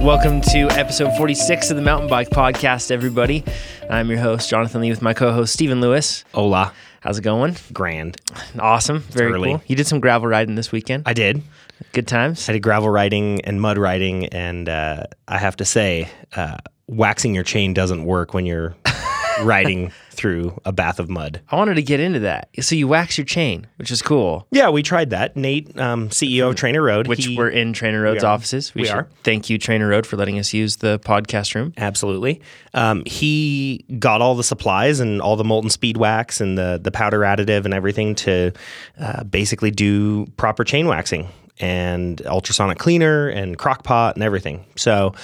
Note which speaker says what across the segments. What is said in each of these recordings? Speaker 1: Welcome to episode 46 of the Mountain Bike Podcast, everybody. I'm your host, Jonathan Lee, with my co host, Stephen Lewis.
Speaker 2: Hola,
Speaker 1: How's it going?
Speaker 2: grand.
Speaker 1: Awesome. Very
Speaker 2: early.
Speaker 1: cool. You did some gravel riding this weekend.
Speaker 2: I did.
Speaker 1: Good times.
Speaker 2: I did gravel riding and mud riding, and uh, I have to say, uh, waxing your chain doesn't work when you're riding through a bath of mud.
Speaker 1: I wanted to get into that. So you wax your chain, which is cool,
Speaker 2: Yeah, we tried that. Nate, um, CEO of Trainer Road,
Speaker 1: which
Speaker 2: he-
Speaker 1: we're in Trainer Road's
Speaker 2: are.
Speaker 1: offices.
Speaker 2: We
Speaker 1: should
Speaker 2: are.
Speaker 1: Thank you, Trainer Road, for letting us use the podcast room.
Speaker 2: Absolutely. Um, he got all the supplies and all the molten speed wax and the the powder additive and everything to uh, basically do proper chain waxing and ultrasonic cleaner and crock pot and everything. So,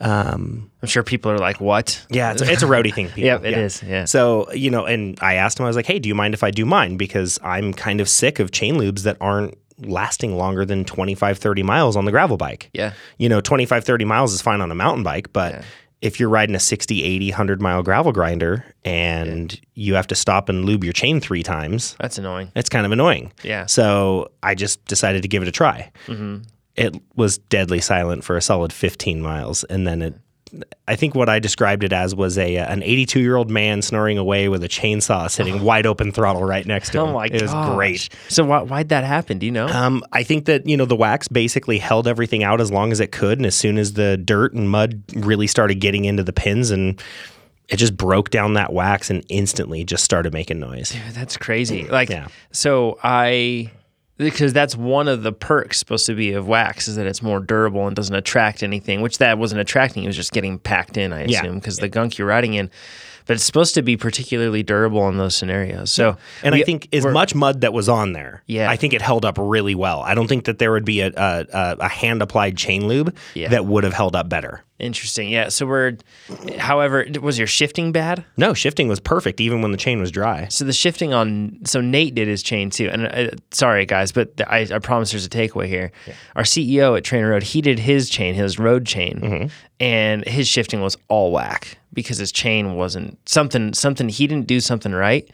Speaker 2: um,
Speaker 1: I'm sure people are like, what?
Speaker 2: yeah, it's, it's a roadie thing. People.
Speaker 1: Yep, it is, yeah.
Speaker 2: So you know, and I asked him. I was like, "Hey, do you mind if I do mine? Because I'm kind of sick of chain lubes that aren't." lasting longer than 25 30 miles on the gravel bike.
Speaker 1: Yeah.
Speaker 2: You know, 25 30 miles is fine on a mountain bike, but if you're riding a 60 80 100 mile gravel grinder and you have to stop and lube your chain 3 times,
Speaker 1: That's annoying.
Speaker 2: it's kind of annoying.
Speaker 1: Yeah.
Speaker 2: So I just decided to give it a try.
Speaker 1: Mm-hmm.
Speaker 2: It was deadly silent for a solid 15 miles, and then it. I think what I described it as was a uh, an 82 year old man snoring away with a chainsaw sitting wide open throttle right next to him.
Speaker 1: Oh my
Speaker 2: it
Speaker 1: god.
Speaker 2: was great.
Speaker 1: So why, why'd that happen? Do you know?
Speaker 2: Um, I think that you know the wax basically held everything out as long as it could, and as soon as the dirt and mud really started getting into the pins, and it just broke down that wax and instantly just started making noise.
Speaker 1: That's crazy. Like,
Speaker 2: Yeah.
Speaker 1: so I, because that's one of the perks supposed to be of wax is that it's more durable and doesn't attract anything, which that wasn't attracting. It was just getting packed in, I
Speaker 2: Yeah.
Speaker 1: assume, because the gunk you're riding in. But it's supposed to be particularly durable in those scenarios. So,
Speaker 2: And
Speaker 1: we-
Speaker 2: I think as much mud that was on there,
Speaker 1: Yeah.
Speaker 2: I think it held up really well. I don't think that there would be a a, a, a hand applied chain lube
Speaker 1: Yeah.
Speaker 2: that would have held up better.
Speaker 1: interesting. Yeah. So we're, however, was your shifting bad?
Speaker 2: No, shifting was perfect even when the chain was dry.
Speaker 1: So the shifting on, so Nate did his chain too. And uh, sorry guys, but th- I, I promise there's a takeaway here. Our CEO at Trainer Road, he did his chain, his road chain, and his shifting was all whack because his chain wasn't something. Something he didn't do something right.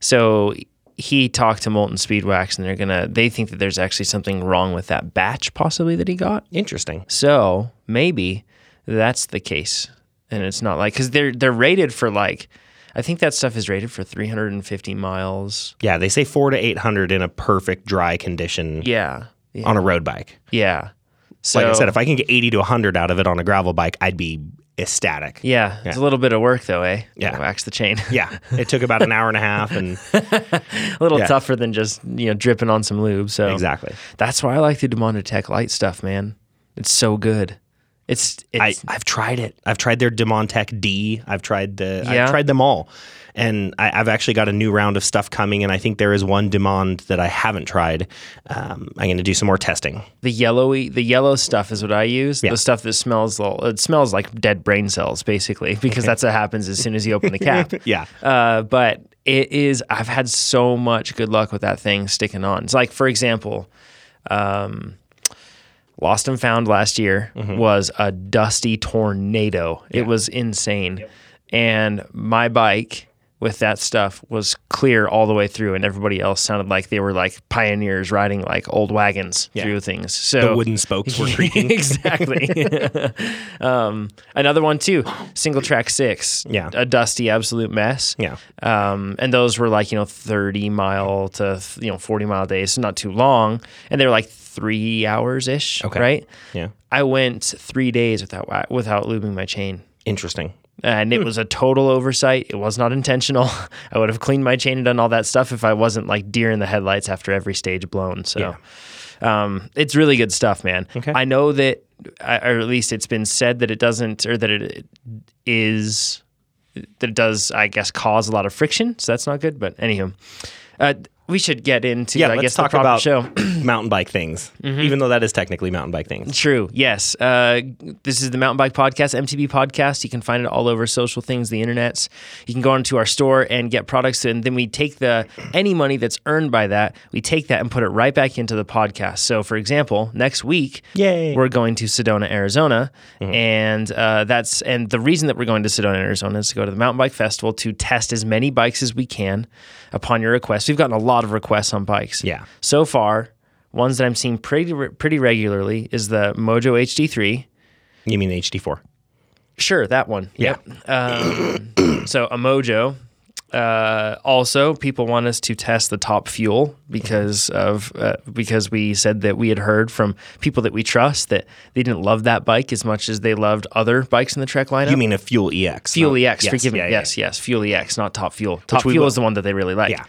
Speaker 1: So he talked to Molten Speed Wax, and they're gonna. They think that there's actually something wrong with that batch possibly that he got.
Speaker 2: Interesting.
Speaker 1: So maybe that's the case, and it's not like because they're they're rated for like I think that stuff is rated for 350 miles.
Speaker 2: Yeah, they say four to eight hundred in a perfect dry condition
Speaker 1: Yeah, yeah.
Speaker 2: on a road bike.
Speaker 1: yeah. So
Speaker 2: like I said, if I can get 80 to 100 out of it on a gravel bike, I'd be ecstatic.
Speaker 1: yeah, it's a little bit of work though, eh?
Speaker 2: Yeah.
Speaker 1: wax the chain.
Speaker 2: Yeah. It took about an hour and a half and
Speaker 1: a little
Speaker 2: Yeah.
Speaker 1: tougher than just you know dripping on some lube. So
Speaker 2: exactly.
Speaker 1: that's why I like the Demanda Tech light stuff, man. It's so good. It's
Speaker 2: I,
Speaker 1: it's
Speaker 2: I've tried it. I've tried their Demontech D. I've tried the
Speaker 1: Yeah.
Speaker 2: I've tried them all. And I, I've actually got a new round of stuff coming and I think there is one demand that I haven't tried. Um, I'm gonna do some more testing.
Speaker 1: the yellowy the yellow stuff is what I use. The stuff that smells l- it smells like dead brain cells basically because that's what happens as soon as you open the cap.
Speaker 2: Yeah.
Speaker 1: Uh, but it is, I've had so much good luck with that thing sticking on. It's like, for example, um, Lost and Found last year
Speaker 2: Mm-hmm.
Speaker 1: was a dusty tornado. It was insane. And my bike with that stuff was clear all the way through, and everybody else sounded like they were like pioneers riding like old wagons through things. So
Speaker 2: The wooden spokes were creaking.
Speaker 1: exactly. um, another one too, single track six.
Speaker 2: Yeah.
Speaker 1: a dusty absolute mess.
Speaker 2: Yeah.
Speaker 1: Um, and those were like you know thirty mile to th- you know forty mile days, so not too long, and they were like three hours ish.
Speaker 2: Okay.
Speaker 1: Right.
Speaker 2: Yeah.
Speaker 1: I went three days without wa- without lubing my chain.
Speaker 2: Interesting.
Speaker 1: And it was a total oversight. It was not intentional. I would have cleaned my chain and done all that stuff if I wasn't like deer in the headlights after every stage blown. So um, it's really good stuff, man.
Speaker 2: Okay.
Speaker 1: I know that, I- or at least it's been said that it doesn't, or that it is, that it does, I guess, cause a lot of friction. So that's not good. But anywho, uh, we should get into,
Speaker 2: Yeah,
Speaker 1: I
Speaker 2: let's
Speaker 1: guess,
Speaker 2: talk
Speaker 1: the proper
Speaker 2: about
Speaker 1: show. Mm-hmm.
Speaker 2: mountain bike things. Even though that is technically mountain bike things.
Speaker 1: True. Yes. Uh, this is the Mountain Bike Podcast, MTB Podcast. You can find it all over social things, the internets. You can go onto our store and get products, and then we take the any money that's earned by that, we take that and put it right back into the podcast. So, for example, next week,
Speaker 2: Yay.
Speaker 1: we're going to Sedona, Arizona, and uh, that's and the reason that we're going to Sedona, Arizona, is to go to the Mountain Bike Festival to test as many bikes as we can upon your request. We've gotten a lot of requests on bikes.
Speaker 2: Yeah.
Speaker 1: So far, ones that I'm seeing pretty pretty regularly is the Mojo HD3,
Speaker 2: You mean HD4?
Speaker 1: Sure, that one.
Speaker 2: Yeah.
Speaker 1: Yep. Um, so a mojo. Uh, also, people want us to test the top fuel because of uh, because we said that we had heard from people that we trust that they didn't love that bike as much as they loved other bikes in the Trek lineup.
Speaker 2: You mean a Fuel EX?
Speaker 1: Fuel
Speaker 2: not-
Speaker 1: EX,
Speaker 2: yes,
Speaker 1: forgive me.
Speaker 2: yeah, yeah,
Speaker 1: yes, yes, Fuel EX, not Top Fuel. Top
Speaker 2: we
Speaker 1: Fuel
Speaker 2: will-
Speaker 1: is the one that they really like.
Speaker 2: Yeah.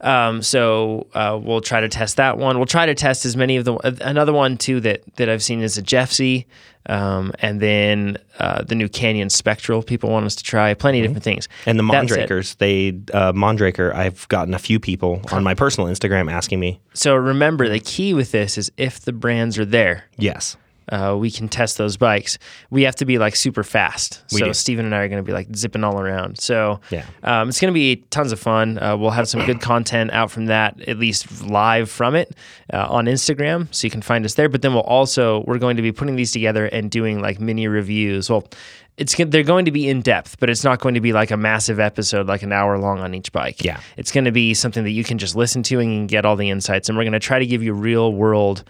Speaker 1: Um, so uh, we'll try to test that one. We'll try to test as many of the uh, another one too that that I've seen is a Jeffsy, um, and then uh, the new Canyon Spectral. People want us to try plenty of different things.
Speaker 2: Mm-hmm. And the
Speaker 1: That's it.
Speaker 2: Mondrakers, they uh, Mondraker. I've gotten a few people on my personal Instagram asking me.
Speaker 1: So remember, the key with this is if the brands are there,
Speaker 2: Yes,
Speaker 1: uh, we can test those bikes. We have to be like super fast. so
Speaker 2: do.
Speaker 1: Steven and I are going to be like zipping all around. So
Speaker 2: Yeah.
Speaker 1: um, it's going to be tons of fun. Uh, we'll have some good content out from that, at least live from it uh, on Instagram. So you can find us there. But then we'll also, we're going to be putting these together and doing like mini reviews. Well, it's gon- they're going to be in depth, but it's not going to be like a massive episode, like an hour long on each bike.
Speaker 2: Yeah.
Speaker 1: It's going to be something that you can just listen to and you can get all the insights. And we're going to try to give you real world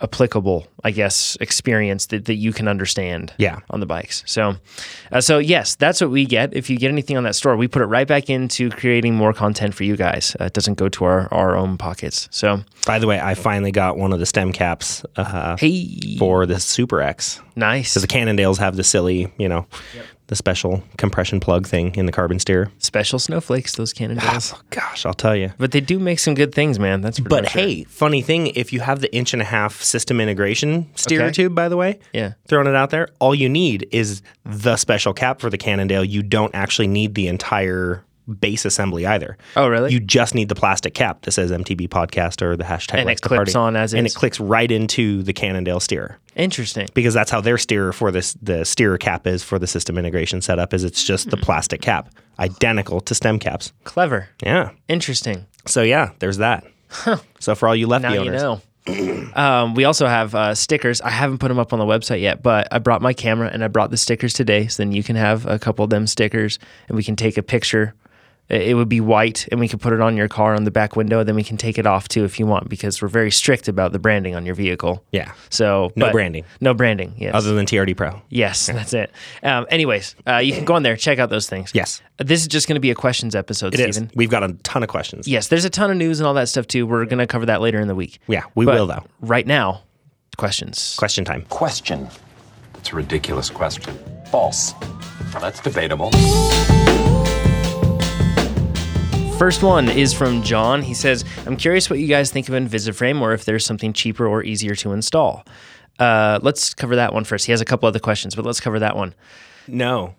Speaker 1: applicable, I guess, experience that, that you can understand
Speaker 2: Yeah.
Speaker 1: on the bikes. So, uh, so yes, that's what we get. If you get anything on that store, we put it right back into creating more content for you guys. Uh, it doesn't go to our, our own pockets. So,
Speaker 2: By the way, I finally got one of the stem caps uh,
Speaker 1: hey,
Speaker 2: for the Super X.
Speaker 1: nice.
Speaker 2: The Cannondales have the silly, you know, the special compression plug thing in the carbon steer.
Speaker 1: Special snowflakes, those cannondales.
Speaker 2: Oh, gosh, I'll tell you.
Speaker 1: but they do make some good things, man. That's for
Speaker 2: But
Speaker 1: darn sure.
Speaker 2: hey, funny thing, if you have the inch and a half system integration steer
Speaker 1: Okay.
Speaker 2: tube, by the way,
Speaker 1: Yeah.
Speaker 2: throwing it out there, all you need is the special cap for the Cannondale. You don't actually need the entire base assembly either.
Speaker 1: Oh, really?
Speaker 2: You just need the plastic cap that says MTB podcast or the hashtag.
Speaker 1: And it
Speaker 2: Let's the
Speaker 1: clips
Speaker 2: Party.
Speaker 1: on as
Speaker 2: and
Speaker 1: is.
Speaker 2: it clicks right into the Cannondale steer
Speaker 1: Interesting.
Speaker 2: because that's how their steerer for this the steerer cap is for the system integration setup is it's just the
Speaker 1: Hmm.
Speaker 2: plastic cap identical to stem caps.
Speaker 1: Clever.
Speaker 2: Yeah.
Speaker 1: Interesting.
Speaker 2: So yeah, there's that. So for all you lefty
Speaker 1: Now you
Speaker 2: owners,
Speaker 1: know. um, we also have uh, stickers. I haven't put them up on the website yet, but I brought my camera and I brought the stickers today. So then you can have a couple of them stickers and we can take a picture. It it would be white and we could put it on your car on the back window. Then we can take it off too if you want because we're very strict about the branding on your vehicle.
Speaker 2: Yeah.
Speaker 1: So
Speaker 2: No
Speaker 1: but-
Speaker 2: branding.
Speaker 1: No branding. Yes.
Speaker 2: other than TRD Pro.
Speaker 1: yes, that's it. Um, anyways, uh, you can go on there, check out those things.
Speaker 2: Yes.
Speaker 1: This is just going to be a questions episode,
Speaker 2: It is.
Speaker 1: Stephen.
Speaker 2: We've got a ton of questions.
Speaker 1: Yes, there's a ton of news and all that stuff too. We're going to cover that later in the week.
Speaker 2: Yeah, we
Speaker 1: But
Speaker 2: will though.
Speaker 1: Right now, questions.
Speaker 2: Question time.
Speaker 3: question.
Speaker 4: It's a ridiculous question. False. Well, that's debatable.
Speaker 1: First one is from John. He says, "I'm curious what you guys think of Invisiframe, or if there's something cheaper or easier to install." Uh, let's cover that one first. He has a couple other questions, but let's cover that one.
Speaker 2: No,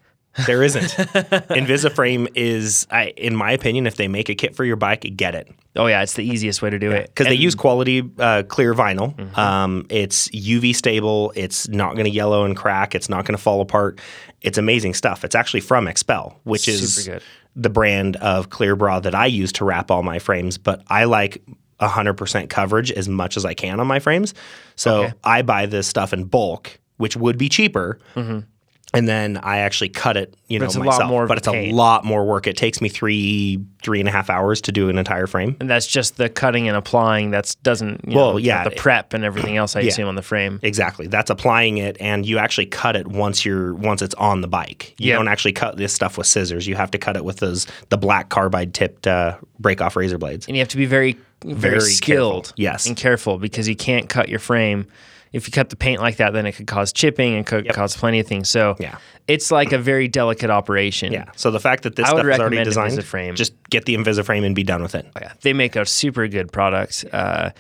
Speaker 2: there isn't. Invisiframe is, I, in my opinion, if they make a kit for your bike, get it
Speaker 1: Oh yeah, it's the easiest way to do it
Speaker 2: because they use quality uh, clear vinyl.
Speaker 1: Mm-hmm.
Speaker 2: Um, it's UV stable. It's not going to yellow and crack. It's not going to fall apart. It's amazing stuff. It's actually from Expel, which is
Speaker 1: Super good.
Speaker 2: the brand of clear bra that I use to wrap all my frames. But I like 100% coverage as much as I can on my frames. So I buy this stuff in bulk, which would be cheaper. And then I actually cut it, you
Speaker 1: Mm-hmm.
Speaker 2: know,
Speaker 1: it's a lot
Speaker 2: myself.
Speaker 1: more of a
Speaker 2: but it's a
Speaker 1: pain.
Speaker 2: lot more work. It takes me three, three and a half hours to do an entire frame.
Speaker 1: and that's just the cutting and applying. That's doesn't you
Speaker 2: Well,
Speaker 1: know,
Speaker 2: yeah.
Speaker 1: the prep and everything else. I assume on the frame.
Speaker 2: Exactly. That's applying it, and you actually cut it once you're once it's on the bike. You
Speaker 1: Yeah.
Speaker 2: don't actually cut this stuff with scissors. You have to cut it with those the black carbide tipped uh, break off razor blades.
Speaker 1: and you have to be very very,
Speaker 2: Very
Speaker 1: skilled
Speaker 2: careful. Yes.
Speaker 1: and careful because you can't cut your frame if you cut the paint like that then it could cause chipping and could cause plenty of things so
Speaker 2: Yeah.
Speaker 1: it's like a very delicate operation
Speaker 2: Yeah. So the fact that this
Speaker 1: I would
Speaker 2: stuff is already
Speaker 1: recommend
Speaker 2: designed,
Speaker 1: Invisiframe.
Speaker 2: just get the Invisiframe and be done with it.
Speaker 1: Oh, Yeah, they make a super good product. Uh,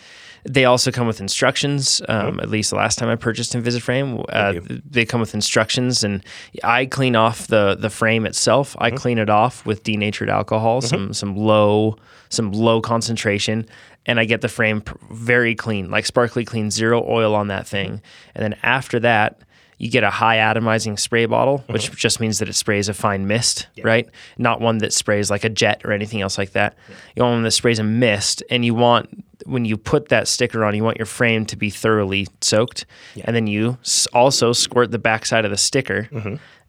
Speaker 1: they also come with instructions. Um, At least the last time I purchased Invisiframe, uh, they come with instructions, and I clean off the the frame itself. I clean it off with denatured alcohol, some some low some low concentration, and I get the frame pr- very clean, like sparkly clean, zero oil on that thing. And then after that, you get a high atomizing spray bottle, which just means that it sprays a fine mist, right? Not one that sprays like a jet or anything else like that. You want one that sprays a mist, and you want when you put that sticker on, you want your frame to be thoroughly soaked, and then you s- also squirt the backside of the sticker.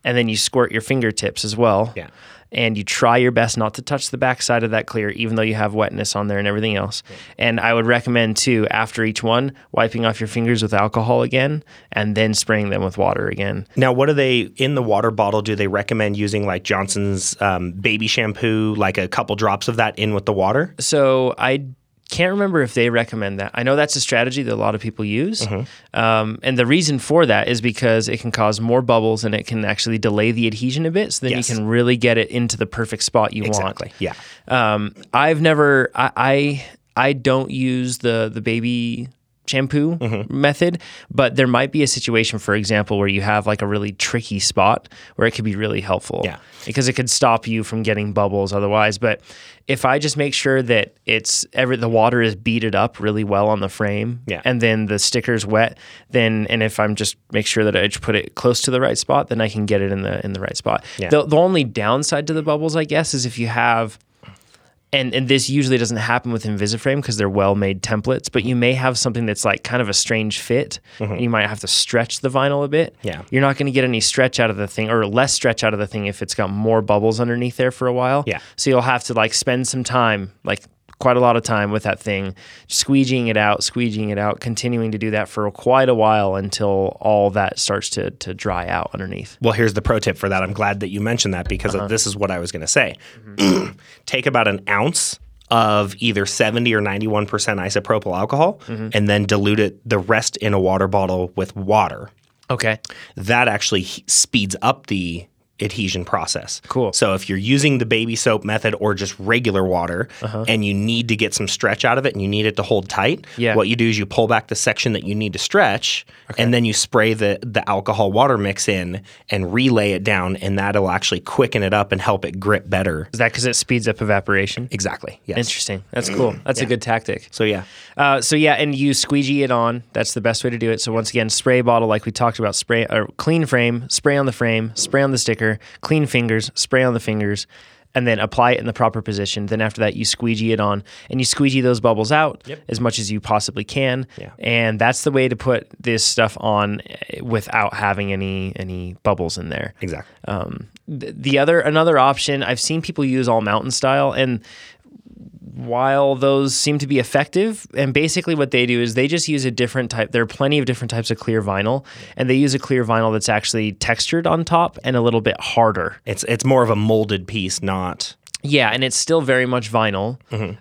Speaker 1: and then you squirt your fingertips as well.
Speaker 2: Yeah.
Speaker 1: And you try your best not to touch the backside of that clear, even though you have wetness on there and everything else. And I would recommend too, after each one, wiping off your fingers with alcohol again, and then spraying them with water again.
Speaker 2: Now, what do they in the water bottle? Do they recommend using like Johnson's um, baby shampoo, like a couple drops of that in with the water?
Speaker 1: So I can't remember if they recommend that. I know that's a strategy that a lot of people use. Um, and the reason for that is because it can cause more bubbles and it can actually delay the adhesion a bit. So then
Speaker 2: Yes.
Speaker 1: you can really get it into the perfect spot you want.
Speaker 2: Yeah.
Speaker 1: Um, I've never, I, I, I don't use the the baby shampoo
Speaker 2: Mm-hmm.
Speaker 1: method, but there might be a situation, for example, where you have like a really tricky spot where it could be really helpful.
Speaker 2: Yeah.
Speaker 1: because it could stop you from getting bubbles otherwise. But if I just make sure that it's every the water is beaded up really well on the frame,
Speaker 2: Yeah.
Speaker 1: and then the sticker's wet, then and if I'm just make sure that I just put it close to the right spot, then I can get it in the in the right spot.
Speaker 2: Yeah.
Speaker 1: The, the only downside to the bubbles, I guess, is if you have and and this usually doesn't happen with Invisiframe because they're well made templates, but you may have something that's like kind of a strange fit. and You might have to stretch the vinyl a bit.
Speaker 2: Mm-hmm. Yeah.
Speaker 1: You're not going to get any stretch out of the thing or less stretch out of the thing if it's got more bubbles underneath there for a while.
Speaker 2: Yeah.
Speaker 1: So you'll have to like spend some time, like quite a lot of time with that thing, squeegeeing it out, squeegeeing it out, continuing to do that for quite a while until all that starts to to dry out underneath.
Speaker 2: Well, here's the pro tip for that. I'm glad that you mentioned that because this is what I was going to say. Take about an ounce of either 70 or 91% isopropyl alcohol and then dilute it the rest in a water bottle with water.
Speaker 1: Okay.
Speaker 2: That actually he- speeds up the adhesion process.
Speaker 1: Cool.
Speaker 2: So if you're using the baby soap method or just regular water
Speaker 1: Uh-huh.
Speaker 2: and you need to get some stretch out of it and you need it to hold tight,
Speaker 1: Yeah.
Speaker 2: what you do is you pull back the section that you need to stretch and then you spray the the alcohol water mix in and relay it down and that'll actually quicken it up and help it grip better.
Speaker 1: Is that because it speeds up evaporation?
Speaker 2: Exactly. Yes.
Speaker 1: Interesting. That's cool. That's a good tactic.
Speaker 2: So yeah.
Speaker 1: Uh, so yeah, and you squeegee it on. That's the best way to do it. So once again, spray bottle like we talked about. Spray or clean frame, spray on the frame, spray on the sticker, clean fingers, spray on the fingers, and then apply it in the proper position. Then after that, you squeegee it on, and you squeegee those bubbles out as much as you possibly can.
Speaker 2: Yeah.
Speaker 1: And that's the way to put this stuff on eh, without having any any bubbles in there.
Speaker 2: Exactly.
Speaker 1: Uh, Th- The other another option I've seen people use all mountain style and while those seem to be effective and basically what they do is they just use a different type there are plenty of different types of clear vinyl and they use a clear vinyl that's actually textured on top and a little bit harder
Speaker 2: It's it's more of a molded piece, not
Speaker 1: yeah and it's still very much vinyl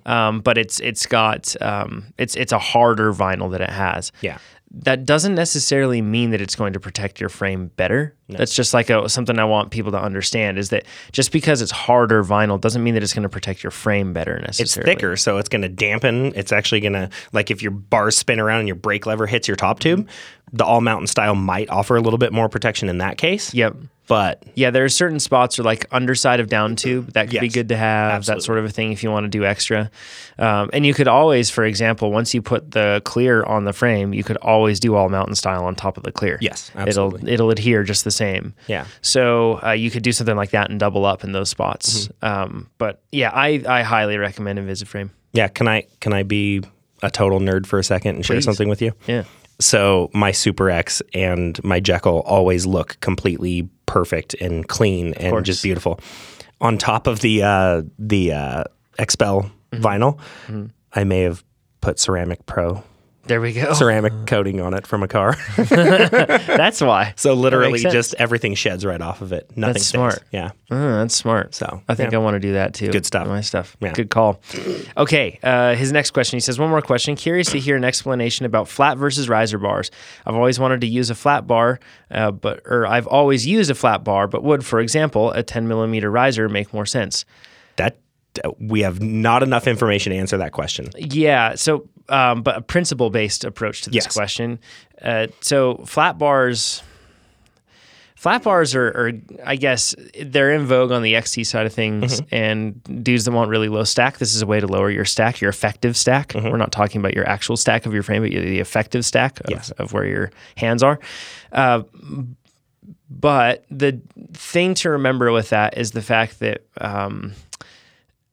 Speaker 1: um, but it's it's got um, it's it's a harder vinyl that it has
Speaker 2: Yeah.
Speaker 1: that doesn't necessarily mean that it's going to protect your frame better. That's just like a, something I want people to understand is that just because it's harder vinyl doesn't mean that it's going to protect your frame better
Speaker 2: it's
Speaker 1: necessarily.
Speaker 2: thicker, so it's going to dampen. It's actually going to like if your bars spin around and your brake lever hits your top tube, the all mountain style might offer a little bit more protection in that case.
Speaker 1: Yep.
Speaker 2: But
Speaker 1: Yeah, there are certain spots or like underside of down tube that could be
Speaker 2: Yes.
Speaker 1: good to have, that sort of a thing if you want to do extra. Um, and you could always, for example, once you put the clear on the frame, you could always do all mountain style on top of the clear.
Speaker 2: Yes,
Speaker 1: it'll it'll adhere just the same.
Speaker 2: Yeah.
Speaker 1: So uh, you could do something like that and double up in those spots.
Speaker 2: Mm-hmm.
Speaker 1: Um, but yeah, I I highly recommend Invisiframe.
Speaker 2: yeah, can I can I be a total nerd for a second and share something with you?
Speaker 1: Yeah.
Speaker 2: So my Super X and my Jekyll always look completely perfect and clean and just beautiful. On top of the uh, the uh, Expel vinyl, I may have put Ceramic Pro
Speaker 1: There we go.
Speaker 2: ceramic coating on it from a car.
Speaker 1: That's why.
Speaker 2: So literally,
Speaker 1: makes sense.
Speaker 2: just everything sheds right off of it. Nothing.
Speaker 1: That's
Speaker 2: stays.
Speaker 1: smart.
Speaker 2: Yeah.
Speaker 1: Oh, that's smart.
Speaker 2: So,
Speaker 1: I think
Speaker 2: yeah.
Speaker 1: I want to do that too.
Speaker 2: Good stuff.
Speaker 1: My stuff.
Speaker 2: Yeah.
Speaker 1: Good call. Okay. Uh, his next question. He says, one more question. Curious to hear an explanation about flat versus riser bars. I've always wanted to use a flat bar, uh, but or I've always used a flat bar, but would, for example, a 10 millimeter riser make more sense?
Speaker 2: That we have not enough information to answer that question.
Speaker 1: Yeah. So, um, but a principle based approach to this
Speaker 2: Yes.
Speaker 1: question. Uh, so flat bars. Flat bars are, are, I guess, they're in vogue on the XT side of things,
Speaker 2: Mm-hmm.
Speaker 1: and dudes that want really low stack, this is a way to lower your stack, your effective stack.
Speaker 2: Mm-hmm.
Speaker 1: We're not talking about your actual stack of your frame, but your- the effective stack of,
Speaker 2: Yes.
Speaker 1: of where your hands are. Uh, but the thing to remember with that is the fact that um,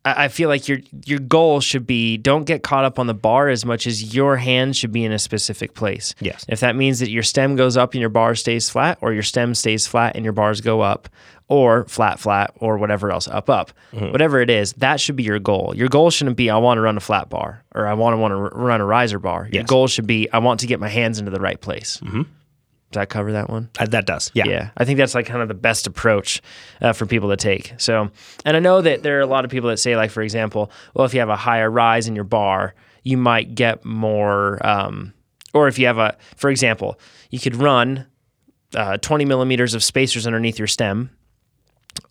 Speaker 1: I, I feel like your your goal should be don't get caught up on the bar as much as your hand should be in a specific place.
Speaker 2: Yes.
Speaker 1: If that means that your stem goes up and your bar stays flat, or your stem stays flat and your bars go up, or flat flat, or whatever else, up up,
Speaker 2: Mm-hmm.
Speaker 1: whatever it is, that should be your goal. Your goal shouldn't be I want to run a flat bar or I want to want to run a riser bar. Your
Speaker 2: Yes.
Speaker 1: goal should be I want to get my hands into the right place. Mm-hmm. Does that cover that one?
Speaker 2: Uh, that does.
Speaker 1: yeah i think that's like kind of the best approach uh, for people to take so and i know that there are a lot of people that say like for example well if you have a higher rise in your bar you might get more um, or if you have a for example you could run uh, 20 millimeters of spacers underneath your stem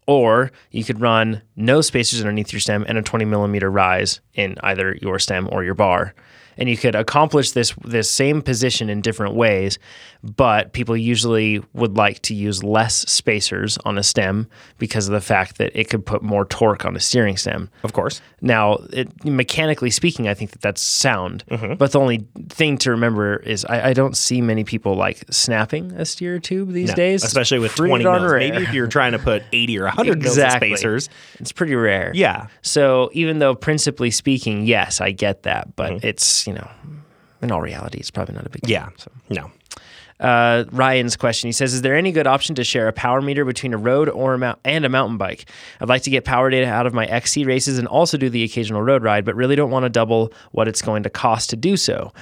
Speaker 1: or you could run no spacers underneath your stem and a 20 millimeter rise in either your stem or your bar and you could accomplish this this same position in different ways but people usually would like to use less spacers on a stem because of the fact that it could put more torque on a steering stem
Speaker 2: Of course.
Speaker 1: now, it, mechanically speaking, I think that that's sound.
Speaker 2: Mm-hmm.
Speaker 1: But the only thing to remember is I, I don't see many people like snapping a steer tube these
Speaker 2: No.
Speaker 1: days,
Speaker 2: especially with
Speaker 1: Pretty
Speaker 2: twenty
Speaker 1: darn
Speaker 2: mils.
Speaker 1: rare.
Speaker 2: Maybe if you're trying to put eighty or hundred
Speaker 1: Exactly.
Speaker 2: mils of spacers.
Speaker 1: It's pretty rare.
Speaker 2: Yeah.
Speaker 1: So even though principally speaking, yes, I get that, but it's you know, in all reality, it's probably not a big deal.
Speaker 2: Mm-hmm. Yeah. No.
Speaker 1: uh, Ryan's question. He says, "Is there any good option to share a power meter between a road or a mount- and a mountain bike? I'd like to get power data out of my XC races and also do the occasional road ride, but really don't want to double what it's going to cost to do so."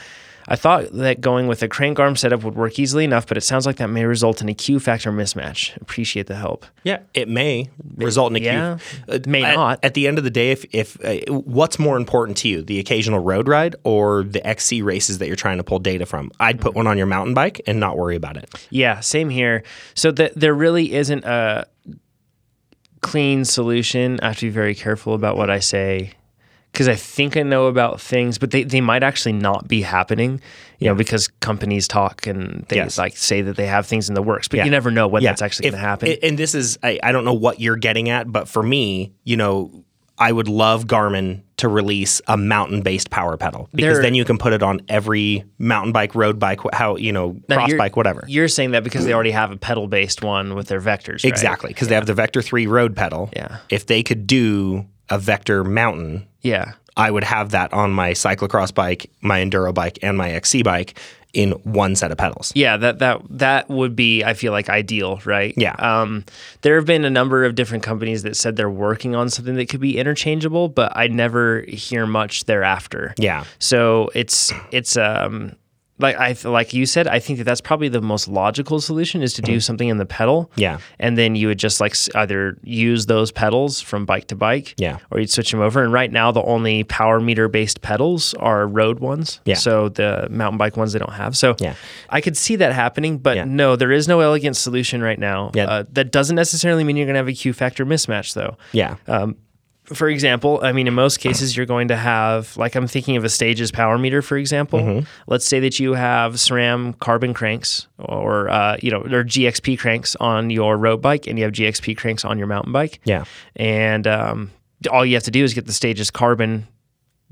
Speaker 1: I thought that going with a crank arm setup would work easily enough, but it sounds like that may result in a Q factor mismatch. Appreciate the help.
Speaker 2: Yeah, it may result in a
Speaker 1: yeah,
Speaker 2: queue. Uh,
Speaker 1: may
Speaker 2: at,
Speaker 1: not.
Speaker 2: At the end of the day, if if uh, what's more important to you, the occasional road ride or the XC races that you're trying to pull data from, I'd
Speaker 1: Mm-hmm.
Speaker 2: put one on your mountain bike and not worry about it.
Speaker 1: Yeah, same here. So that there really isn't a clean solution. I have to be very careful about what I say because I think I know about things, but they, they might actually not be happening, you know, because companies talk and they
Speaker 2: Yes.
Speaker 1: like say that they have things in the works, but
Speaker 2: Yeah.
Speaker 1: you never know when that's actually
Speaker 2: If-
Speaker 1: going to happen.
Speaker 2: a- And this is, I, I don't know what you're getting at, but for me, you know, I would love Garmin to release a mountain-based power pedal because
Speaker 1: There-
Speaker 2: then you can put it on every mountain bike, road bike, wh- how you know,
Speaker 1: Now,
Speaker 2: cross
Speaker 1: you're-
Speaker 2: bike, whatever.
Speaker 1: You're saying that because they already have a pedal based one with their vectors. right?
Speaker 2: Exactly, because they have the Vector Three road pedal.
Speaker 1: Yeah.
Speaker 2: If they could do a Vector Mountain,
Speaker 1: Yeah.
Speaker 2: I would have that on my cyclocross bike, my enduro bike, and my XC bike in one set of pedals.
Speaker 1: Yeah, that that that would be I feel like ideal, right?
Speaker 2: Yeah.
Speaker 1: Um, there have been a number of different companies that said they're working on something that could be interchangeable, but I never hear much thereafter.
Speaker 2: Yeah.
Speaker 1: So it's it's um like I like you said, I think that that's probably the most logical solution is to do something in the pedal.
Speaker 2: Mm-hmm. Yeah.
Speaker 1: And then you would just like s- either use those pedals from bike to bike.
Speaker 2: Yeah.
Speaker 1: Or you'd switch them over. And right now, the only power meter based pedals are road ones.
Speaker 2: Yeah.
Speaker 1: So the mountain bike ones they don't have. So
Speaker 2: Yeah.
Speaker 1: I could see that happening, but
Speaker 2: Yeah.
Speaker 1: no, there is no elegant solution right now.
Speaker 2: Yeah.
Speaker 1: Uh, that doesn't necessarily mean you're going to have a Q factor mismatch, though
Speaker 2: Yeah.
Speaker 1: Uh, for example, I mean, in most cases, you're going to have, like, I'm thinking of a stages power meter, for example. Let's say that you have SRAM carbon cranks or, uh, you know, or GXP cranks on your road bike and you have GXP cranks on your mountain bike.
Speaker 2: Yeah.
Speaker 1: And um, all you have to do is get the stages carbon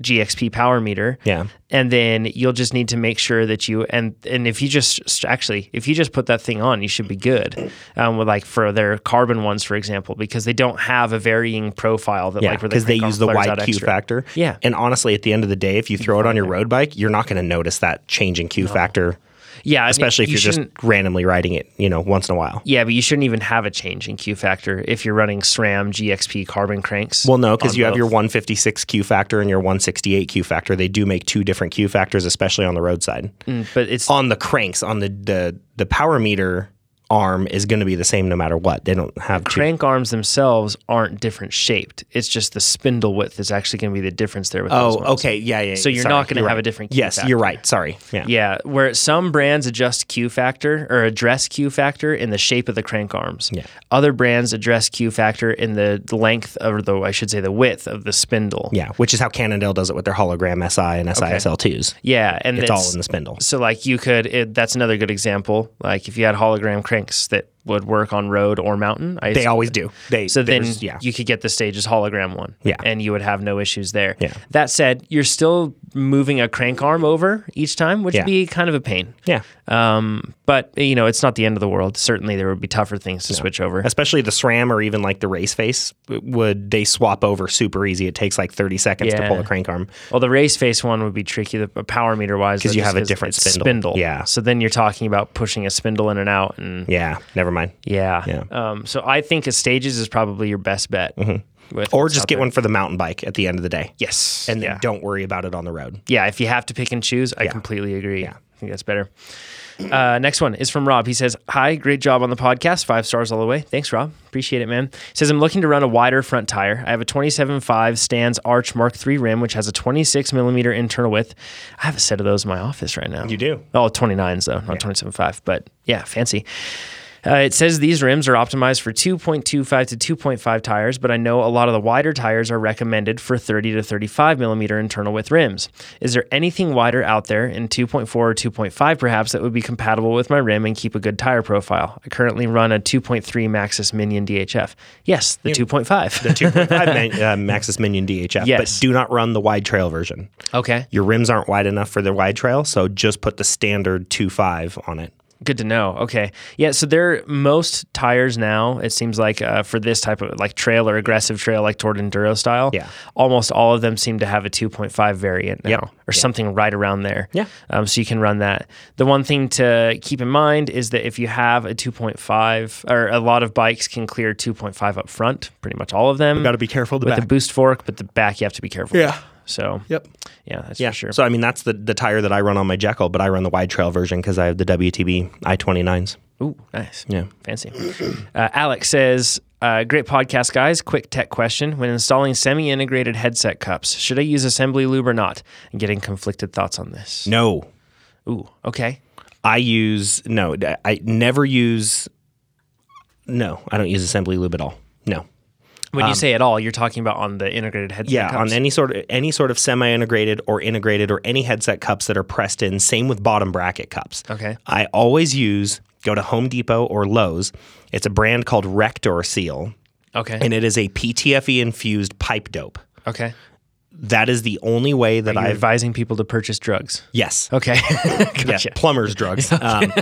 Speaker 1: GXP power meter.
Speaker 2: Yeah.
Speaker 1: And then you'll just need to make sure that you and and if you just actually if you just put that thing on, you should be good. Um, with like for their carbon ones, for example, because they don't have a varying profile that
Speaker 2: yeah,
Speaker 1: like where
Speaker 2: because they
Speaker 1: crank arm
Speaker 2: use the
Speaker 1: flares
Speaker 2: wide
Speaker 1: out
Speaker 2: Q
Speaker 1: extra.
Speaker 2: factor.
Speaker 1: Yeah.
Speaker 2: And honestly, at the end of the day, if you throw it on your road bike, you're not going to notice that change in Q factor,
Speaker 1: Yeah, I mean,
Speaker 2: especially if
Speaker 1: you
Speaker 2: you're just
Speaker 1: shouldn't-
Speaker 2: randomly riding it, you know, once in a while.
Speaker 1: yeah, but you shouldn't even have a change in Q factor if you're running SRAM GXP carbon cranks.
Speaker 2: Well, no, because
Speaker 1: on
Speaker 2: you have
Speaker 1: both.
Speaker 2: your 156 Q factor and your 168 Q factor. They do make two different Q factors, especially on the roadside.
Speaker 1: Mm, but it's
Speaker 2: On the cranks, on the the, the power meter arm is going to be the same no matter what. They don't have two.
Speaker 1: crank arms themselves aren't different shaped. It's just the spindle width is actually going to be the difference there with those ones.
Speaker 2: Oh, okay, yeah, yeah.
Speaker 1: So you're
Speaker 2: sorry,
Speaker 1: not going to
Speaker 2: you're
Speaker 1: have
Speaker 2: right.
Speaker 1: a different Q
Speaker 2: Yes,
Speaker 1: factor.
Speaker 2: you're right. Sorry. Yeah.
Speaker 1: Yeah, where some brands adjust Q factor or address Q factor in the shape of the crank arms.
Speaker 2: Yeah.
Speaker 1: Other brands address Q factor in the the length of the I should say the width of the spindle.
Speaker 2: Yeah, which is how Cannondale does it with their hologram SI and SISL2s.
Speaker 1: Yeah, and
Speaker 2: It's
Speaker 1: that's-
Speaker 2: all in the spindle.
Speaker 1: So like you could it, that's another good example. Like if you had hologram cranks that would work on road or mountain. I
Speaker 2: They always do. They
Speaker 1: so then
Speaker 2: there's- yeah.
Speaker 1: you could get the stage's hologram one,
Speaker 2: Yeah.
Speaker 1: and you would have no issues there.
Speaker 2: Yeah.
Speaker 1: That said, you're still moving a crank arm over each time, which
Speaker 2: Yeah.
Speaker 1: would be kind of a pain.
Speaker 2: yeah.
Speaker 1: Um, but you know, it's not the end of the world. Certainly, there would be tougher things to switch over.
Speaker 2: Especially the SRAM or even like the race face would they swap over super easy. It takes like 30 seconds to
Speaker 1: Yeah.
Speaker 2: pull a crank arm.
Speaker 1: Well, the race face one would be tricky, the uh, power meter wise,
Speaker 2: 'Cause you
Speaker 1: just
Speaker 2: have a different
Speaker 1: it's
Speaker 2: spindle. Yeah.
Speaker 1: So then you're talking about pushing a spindle in and out, and
Speaker 2: Yeah, never mind.
Speaker 1: yeah.
Speaker 2: Yeah.
Speaker 1: Um, so I think a stages is probably your best bet. With
Speaker 2: Mm-hmm. Or
Speaker 1: what's
Speaker 2: just
Speaker 1: out
Speaker 2: get
Speaker 1: there.
Speaker 2: one for the mountain bike at the end of the day.
Speaker 1: Yes.
Speaker 2: And then
Speaker 1: yeah.
Speaker 2: don't worry about it on the road.
Speaker 1: Yeah, if you have to pick and choose, I completely agree. I think that's better. Uh, next one is from Rob. He says, Hi, great job on the podcast. Five stars all the way. Thanks, Rob. Appreciate it, man. He says, I'm looking to run a wider front tire. I have a 27.5 Stans Arch Mark III rim, which has a 26 millimeter internal width. I have a set of those in my office right now.
Speaker 2: You do?
Speaker 1: Oh, 29s, though, not 27.5, but yeah, fancy. Uh, it says these rims are optimized for 2.25 to 2.5 tires, but I know a lot of the wider tires are recommended for 30 to 35 millimeter internal width rims. Is there anything wider out there in 2.4 or 2.5 perhaps that would be compatible with my rim and keep a good tire profile? I currently run a 2.3 Maxxis Minion DHF. Yes, the 2.5.
Speaker 2: 2.5 man, uh, Maxis Minion DHF,
Speaker 1: Yes.
Speaker 2: but do not run the wide trail version.
Speaker 1: okay,
Speaker 2: Your rims aren't wide enough for the wide trail, so just put the standard 2.5 on it.
Speaker 1: good to know. Okay, yeah. So they're most tires now. It seems like uh, for this type of like trail or aggressive trail, like toward enduro style,
Speaker 2: Yeah.
Speaker 1: almost all of them seem to have a 2.5 variant now
Speaker 2: Yep.
Speaker 1: or something right around there.
Speaker 2: Yeah.
Speaker 1: Um, so you can run that. The one thing to keep in mind is that if you have a 2.5 or a lot of bikes can clear 2.5 up front, pretty much all of them.
Speaker 2: Gotta be careful of the
Speaker 1: with the
Speaker 2: back.
Speaker 1: boost fork, but the back you have to be careful.
Speaker 2: Yeah.
Speaker 1: with. So
Speaker 2: Yep.
Speaker 1: yeah, that's
Speaker 2: Yeah,
Speaker 1: for sure.
Speaker 2: So I mean, that's the the tire that I run on my Jekyll, but I run the wide trail version because I have the WTB i twenty nines.
Speaker 1: Ooh, nice.
Speaker 2: Yeah.
Speaker 1: Fancy. Uh, Alex says, uh, great podcast, guys. Quick tech question. When installing semi integrated headset cups, should I use assembly lube or not? I'm getting conflicted thoughts on this.
Speaker 2: No,
Speaker 1: Ooh, okay.
Speaker 2: I use no. I never use. No, I don't use assembly lube at all. No.
Speaker 1: When you say at all, you're talking about on the integrated headset
Speaker 2: Um, Yeah,
Speaker 1: cups.
Speaker 2: on any sort of any sort of semi-integrated or integrated or any headset cups that are pressed in. Same with bottom bracket cups.
Speaker 1: Okay.
Speaker 2: I always use go to Home Depot or Lowe's. It's a brand called Rector Seal,
Speaker 1: okay.
Speaker 2: and it is a PTFE E infused pipe dope.
Speaker 1: okay.
Speaker 2: That is the only way that
Speaker 1: You're
Speaker 2: I've
Speaker 1: advising people to purchase drugs.
Speaker 2: yes.
Speaker 1: Okay.
Speaker 2: Yeah,
Speaker 1: gotcha.
Speaker 2: plumber's drugs. um,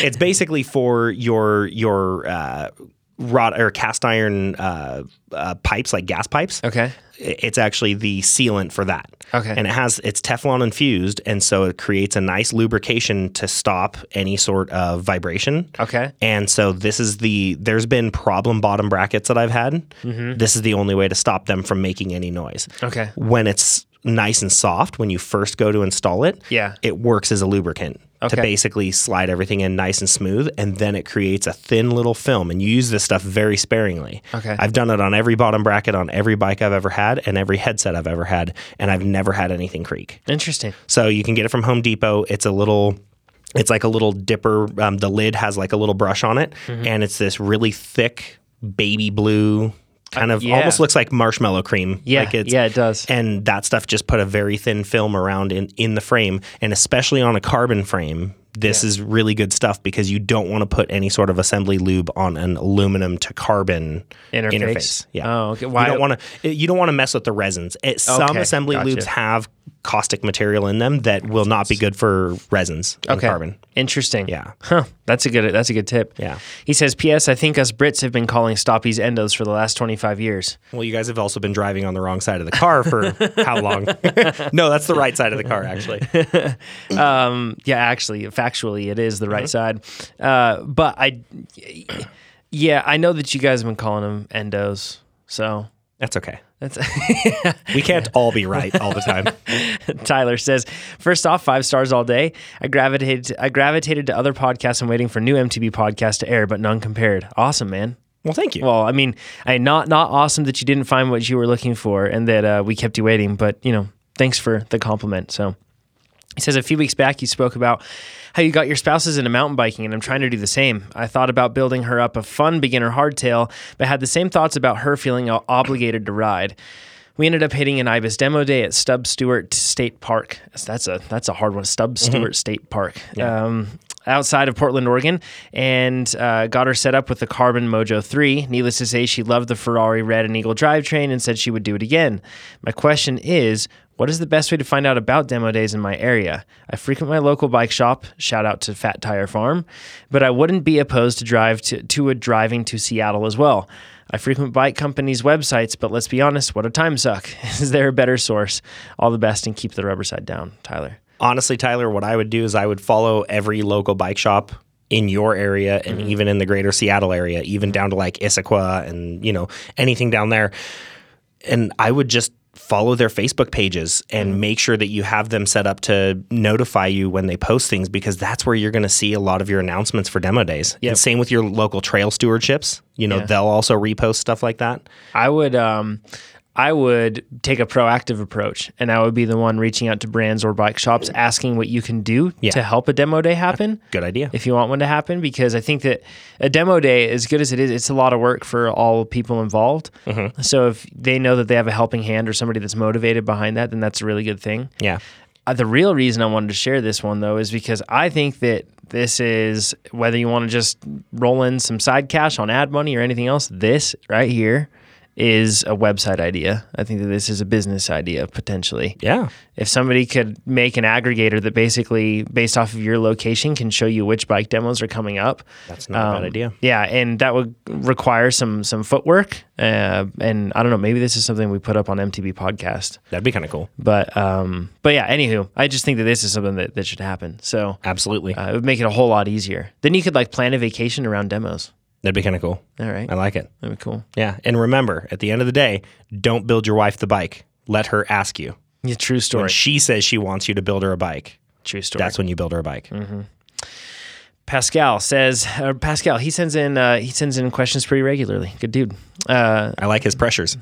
Speaker 2: it's basically for your your uh, wrought or cast iron uh, uh, pipes, like gas pipes.
Speaker 1: Okay.
Speaker 2: It's actually the sealant for that.
Speaker 1: Okay.
Speaker 2: And it has it's Teflon infused, and so it creates a nice lubrication to stop any sort of vibration.
Speaker 1: Okay.
Speaker 2: And so this is the there's been problem bottom brackets that I've had. This is the only way to stop them from making any noise.
Speaker 1: Mm-hmm. Okay.
Speaker 2: When it's nice and soft when you first go to install it,
Speaker 1: Yeah.
Speaker 2: it works as a lubricant to
Speaker 1: Okay.
Speaker 2: basically slide everything in nice and smooth and then it creates a thin little film and you use this stuff very sparingly.
Speaker 1: Okay.
Speaker 2: I've done it on every bottom bracket on every bike I've ever had and every headset I've ever had and I've never had anything creak.
Speaker 1: Interesting.
Speaker 2: So you can get it from Home Depot. It's a little. It's like a little dipper. Um, the lid has like a little brush on it,
Speaker 1: Mm-hmm.
Speaker 2: and it's this really thick baby blue kind of
Speaker 1: Uh, yeah.
Speaker 2: almost looks like marshmallow cream.
Speaker 1: Yeah,
Speaker 2: like it's,
Speaker 1: yeah, it does.
Speaker 2: And that stuff just put a very thin film around in in the frame, and especially on a carbon frame. This is really good stuff because you don't want to put any sort of assembly lube on an aluminum to carbon
Speaker 1: Interface?
Speaker 2: interface. Yeah.
Speaker 1: Oh, okay.
Speaker 2: Why
Speaker 1: Why-
Speaker 2: you don't want to? You don't want to mess with the resins. It, some
Speaker 1: Okay,
Speaker 2: assembly
Speaker 1: gotcha.
Speaker 2: lubes have caustic material in them that will not be good for resins and
Speaker 1: Okay.
Speaker 2: carbon.
Speaker 1: Interesting.
Speaker 2: Yeah.
Speaker 1: Huh. That's a good. That's a good tip.
Speaker 2: Yeah.
Speaker 1: He says, "P.S. I think us Brits have been calling stoppies endos for the last 25 years."
Speaker 2: Well, you guys have also been driving on the wrong side of the car for how long? no, that's the right side of the car, actually.
Speaker 1: yeah, actually, factually, it is the right side. Uh, but I, yeah, I know that you guys have been calling them endos, so
Speaker 2: That's okay.
Speaker 1: that's.
Speaker 2: We can't all be right all the time.
Speaker 1: Tyler says, first off, five stars all day. I gravitated. I gravitated to other podcasts. and waiting for new MTB podcasts to air, but none compared. Awesome, man.
Speaker 2: Well, thank you.
Speaker 1: Well, I mean, I not not awesome that you didn't find what you were looking for and that uh, we kept you waiting, but you know, thanks for the compliment. So he says a few weeks back you spoke about how you got your spouses into mountain biking and I'm trying to do the same. I thought about building her up a fun beginner hardtail, but had the same thoughts about her feeling obligated to ride. We ended up hitting an IBIS demo day at Stubb Stewart State Park. That's a that's a hard one. Stubb Stewart State Park. Um, outside of Portland, Oregon, and uh, got her set up with the Carbon Mojo 3. Needless to say, she loved the Ferrari Red and Eagle drivetrain and said she would do it again. My question is what is the best way to find out about demo days in my area? I frequent my local bike shop, shout out to Fat Tire Farm, but I wouldn't be opposed to drive to, to a driving to Seattle as well. I frequent bike companies' websites, but let's be honest, what a time suck. Is there a better source? All the best and keep the rubber side down, Tyler.
Speaker 2: honestly, Tyler, what I would do is I would follow every local bike shop in your area and
Speaker 1: Mm-hmm.
Speaker 2: even in the greater Seattle area, even down to like Issaquah and, you know, anything down there. And I would just follow their Facebook pages
Speaker 1: Mm-hmm.
Speaker 2: and make sure that you have them set up to notify you when they post things because that's where you're going to see a lot of your announcements for demo days. And same with your local trail stewardships, you know, they'll also repost stuff like that.
Speaker 1: I would um I would take a proactive approach and I would be the one reaching out to brands or bike shops asking what you can do to help a demo day happen.
Speaker 2: Good idea.
Speaker 1: If you want one to happen, because I think that a demo day, as good as it is, it's a lot of work for all people involved.
Speaker 2: Mm-hmm.
Speaker 1: So if they know that they have a helping hand or somebody that's motivated behind that, then that's a really good thing.
Speaker 2: yeah.
Speaker 1: Uh, the real reason I wanted to share this one though is because I think that this is whether you want to just roll in some side cash on ad money or anything else. This right here is a website idea. I think that this is a business idea potentially.
Speaker 2: Yeah.
Speaker 1: If somebody could make an aggregator that basically, based off of your location, can show you which bike demos are coming up, Um,
Speaker 2: That's not a bad idea.
Speaker 1: yeah, and that would require some some footwork. Uh, and I don't know, maybe this is something we put up on MTB podcast.
Speaker 2: That'd be kind of cool.
Speaker 1: But um, but yeah. Anywho, I just think that this is something that, that should happen. So
Speaker 2: Absolutely.
Speaker 1: uh, it would make it a whole lot easier. Then you could like plan a vacation around demos.
Speaker 2: That'd be kind of cool.
Speaker 1: All right,
Speaker 2: I like it.
Speaker 1: that'd be cool.
Speaker 2: Yeah. And remember, at the end of the day, don't build your wife the bike. Let her ask you.
Speaker 1: Yeah, true story.
Speaker 2: When she says she wants you to build her a bike,
Speaker 1: true story.
Speaker 2: that's when you build her a bike.
Speaker 1: Pascal says. Uh, Pascal, he sends in uh, he sends in questions pretty regularly. Good dude. Uh,
Speaker 2: I like his pressures.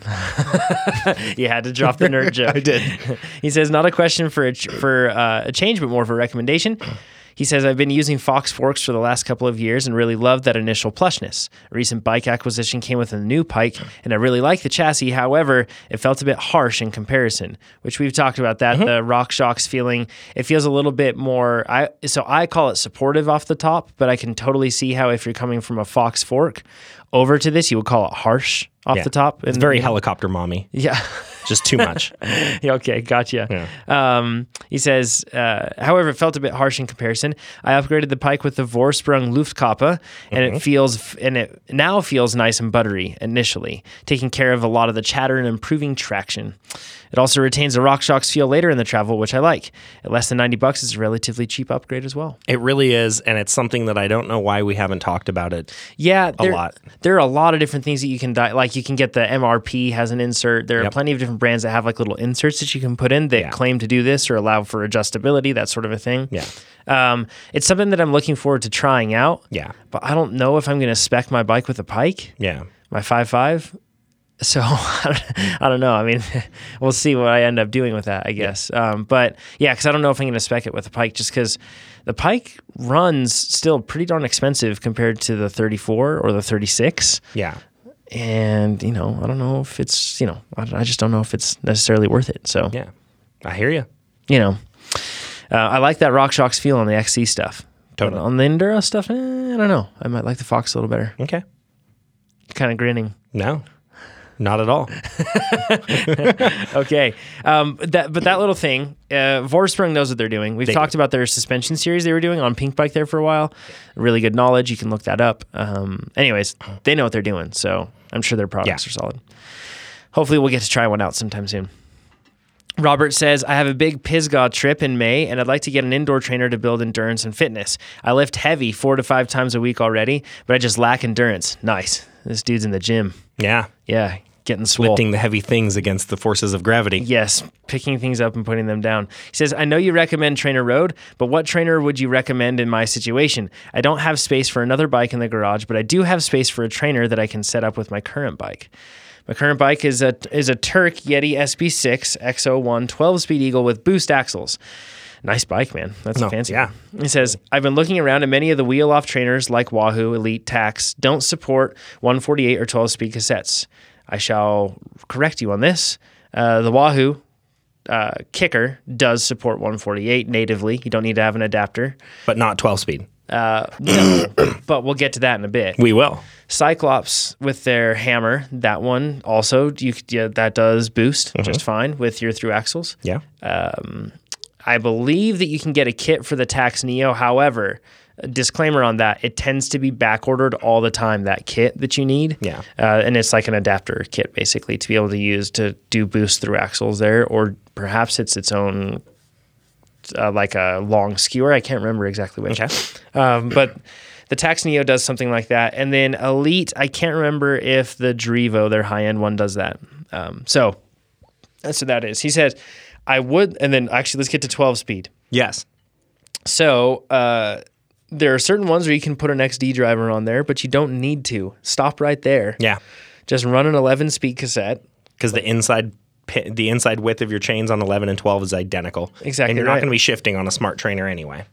Speaker 1: you had to drop the nerd joke. I
Speaker 2: did.
Speaker 1: he says not a question for a ch- for uh, a change, but more of a recommendation. He says, I've been using Fox Forks for the last couple of years and really love that initial plushness. A recent bike acquisition came with a new Pike, and I really like the chassis. However, it felt a bit harsh in comparison, which we've talked about
Speaker 2: Mm-hmm.
Speaker 1: that. The Rock Shocks feeling, it feels a little bit more. I So I call it supportive off the top, but I can totally see how if you're coming from a Fox Fork over to this, you would call it harsh off
Speaker 2: Yeah.
Speaker 1: the top.
Speaker 2: It's very helicopter mommy.
Speaker 1: Yeah.
Speaker 2: Just too much.
Speaker 1: Yeah, okay, gotcha. Um, he says, uh, however, it felt a bit harsh in comparison. I upgraded the Pike with the Vorsprung Luftkappe, and it feels and it now feels nice and buttery initially, taking care of a lot of the chatter and improving traction. It also retains the RockShox feel later in the travel, which I like. At less than ninety bucks, it's a relatively cheap upgrade as well.
Speaker 2: it really is. And it's something that I don't know why we haven't talked about it.
Speaker 1: Yeah, there,
Speaker 2: lot.
Speaker 1: There are a lot of different things that you can di- like. You can get the MRP has an insert. There are
Speaker 2: Yep.
Speaker 1: plenty of different brands that have like little inserts that you can put in that claim to do this or allow for adjustability, that sort of a thing.
Speaker 2: Yeah.
Speaker 1: um, it's something that I'm looking forward to trying out.
Speaker 2: Yeah.
Speaker 1: but I don't know if I'm going to spec my bike with a Pike,
Speaker 2: Yeah.
Speaker 1: my five five. So I don't know. I mean, we'll see what I end up doing with that, I guess. Um, but yeah, because I don't know if I'm going to spec it with a Pike, just because the Pike runs still pretty darn expensive compared to the 34 or the 36,
Speaker 2: Yeah.
Speaker 1: and you know, I don't know if it's you know, I, I just don't know if it's necessarily worth it. So
Speaker 2: Yeah. I hear you.
Speaker 1: you know, uh, I like that RockShox feel on the XC stuff.
Speaker 2: Totally.
Speaker 1: But on the enduro stuff, eh, I don't know. I might like the Fox a little better.
Speaker 2: Okay.
Speaker 1: Kind of grinning.
Speaker 2: No, not at all.
Speaker 1: Okay, um, that but that little thing, uh, Vorspring knows what they're doing. We've talked about their suspension series they were doing on Pink Bike there for a while. Really good knowledge. You can look that up. Um, anyways, they know what they're doing, so I'm sure their products
Speaker 2: Yeah.
Speaker 1: are solid. Hopefully, we'll get to try one out sometime soon. Robert says, I have a big Pisgah trip in May, and I'd like to get an indoor trainer to build endurance and fitness. I lift heavy four to five times a week already, but I just lack endurance. Nice. This dude's in the gym.
Speaker 2: Yeah.
Speaker 1: Yeah, getting swole.
Speaker 2: Lifting the heavy things against the forces of gravity.
Speaker 1: Yes, picking things up and putting them down. He says, I know you recommend Trainer Road, but what trainer would you recommend in my situation? I don't have space for another bike in the garage, but I do have space for a trainer that I can set up with my current bike. My current bike is a is a Turk Yeti SB6 X01 12 speed Eagle with boost axles. Nice bike, man. That's a fancy.
Speaker 2: yeah.
Speaker 1: He says, I've been looking around and many of the wheel off trainers like Wahoo, Elite, Tax don't support 148 or 12 speed cassettes. I shall correct you on this. Uh, the Wahoo uh, kicker does support 148 natively. You don't need to have an adapter,
Speaker 2: but not 12 speed.
Speaker 1: but we'll get to that in a bit.
Speaker 2: We will.
Speaker 1: Cyclops with their hammer, that one also you could- yeah, that does boost just fine with your through axles.
Speaker 2: Yeah.
Speaker 1: Uh, I believe that you can get a kit for the Tax Neo. However, a disclaimer on that, it tends to be back ordered all the time, that kit that you need.
Speaker 2: Yeah.
Speaker 1: Uh, and it's like an adapter kit, basically, to be able to use to do boost through axles there, or perhaps it's its own, uh, like a long skewer. I can't remember exactly which.
Speaker 2: Okay.
Speaker 1: Um, but the Tax Neo does something like that. And then Elite, I can't remember if the Drevo, their high end one, does that. Um, so that's what that is. He says, I would, and then actually, let's get to 12 speed.
Speaker 2: Yes.
Speaker 1: So uh, there are certain ones where you can put an XD driver on there, but you don't need to. Stop right there.
Speaker 2: Yeah.
Speaker 1: Just run an 11 speed cassette.
Speaker 2: Because the inside pi- the inside width of your chains on 11 and 12 is identical.
Speaker 1: Exactly
Speaker 2: And you're
Speaker 1: right.
Speaker 2: not going to be shifting on a smart trainer anyway.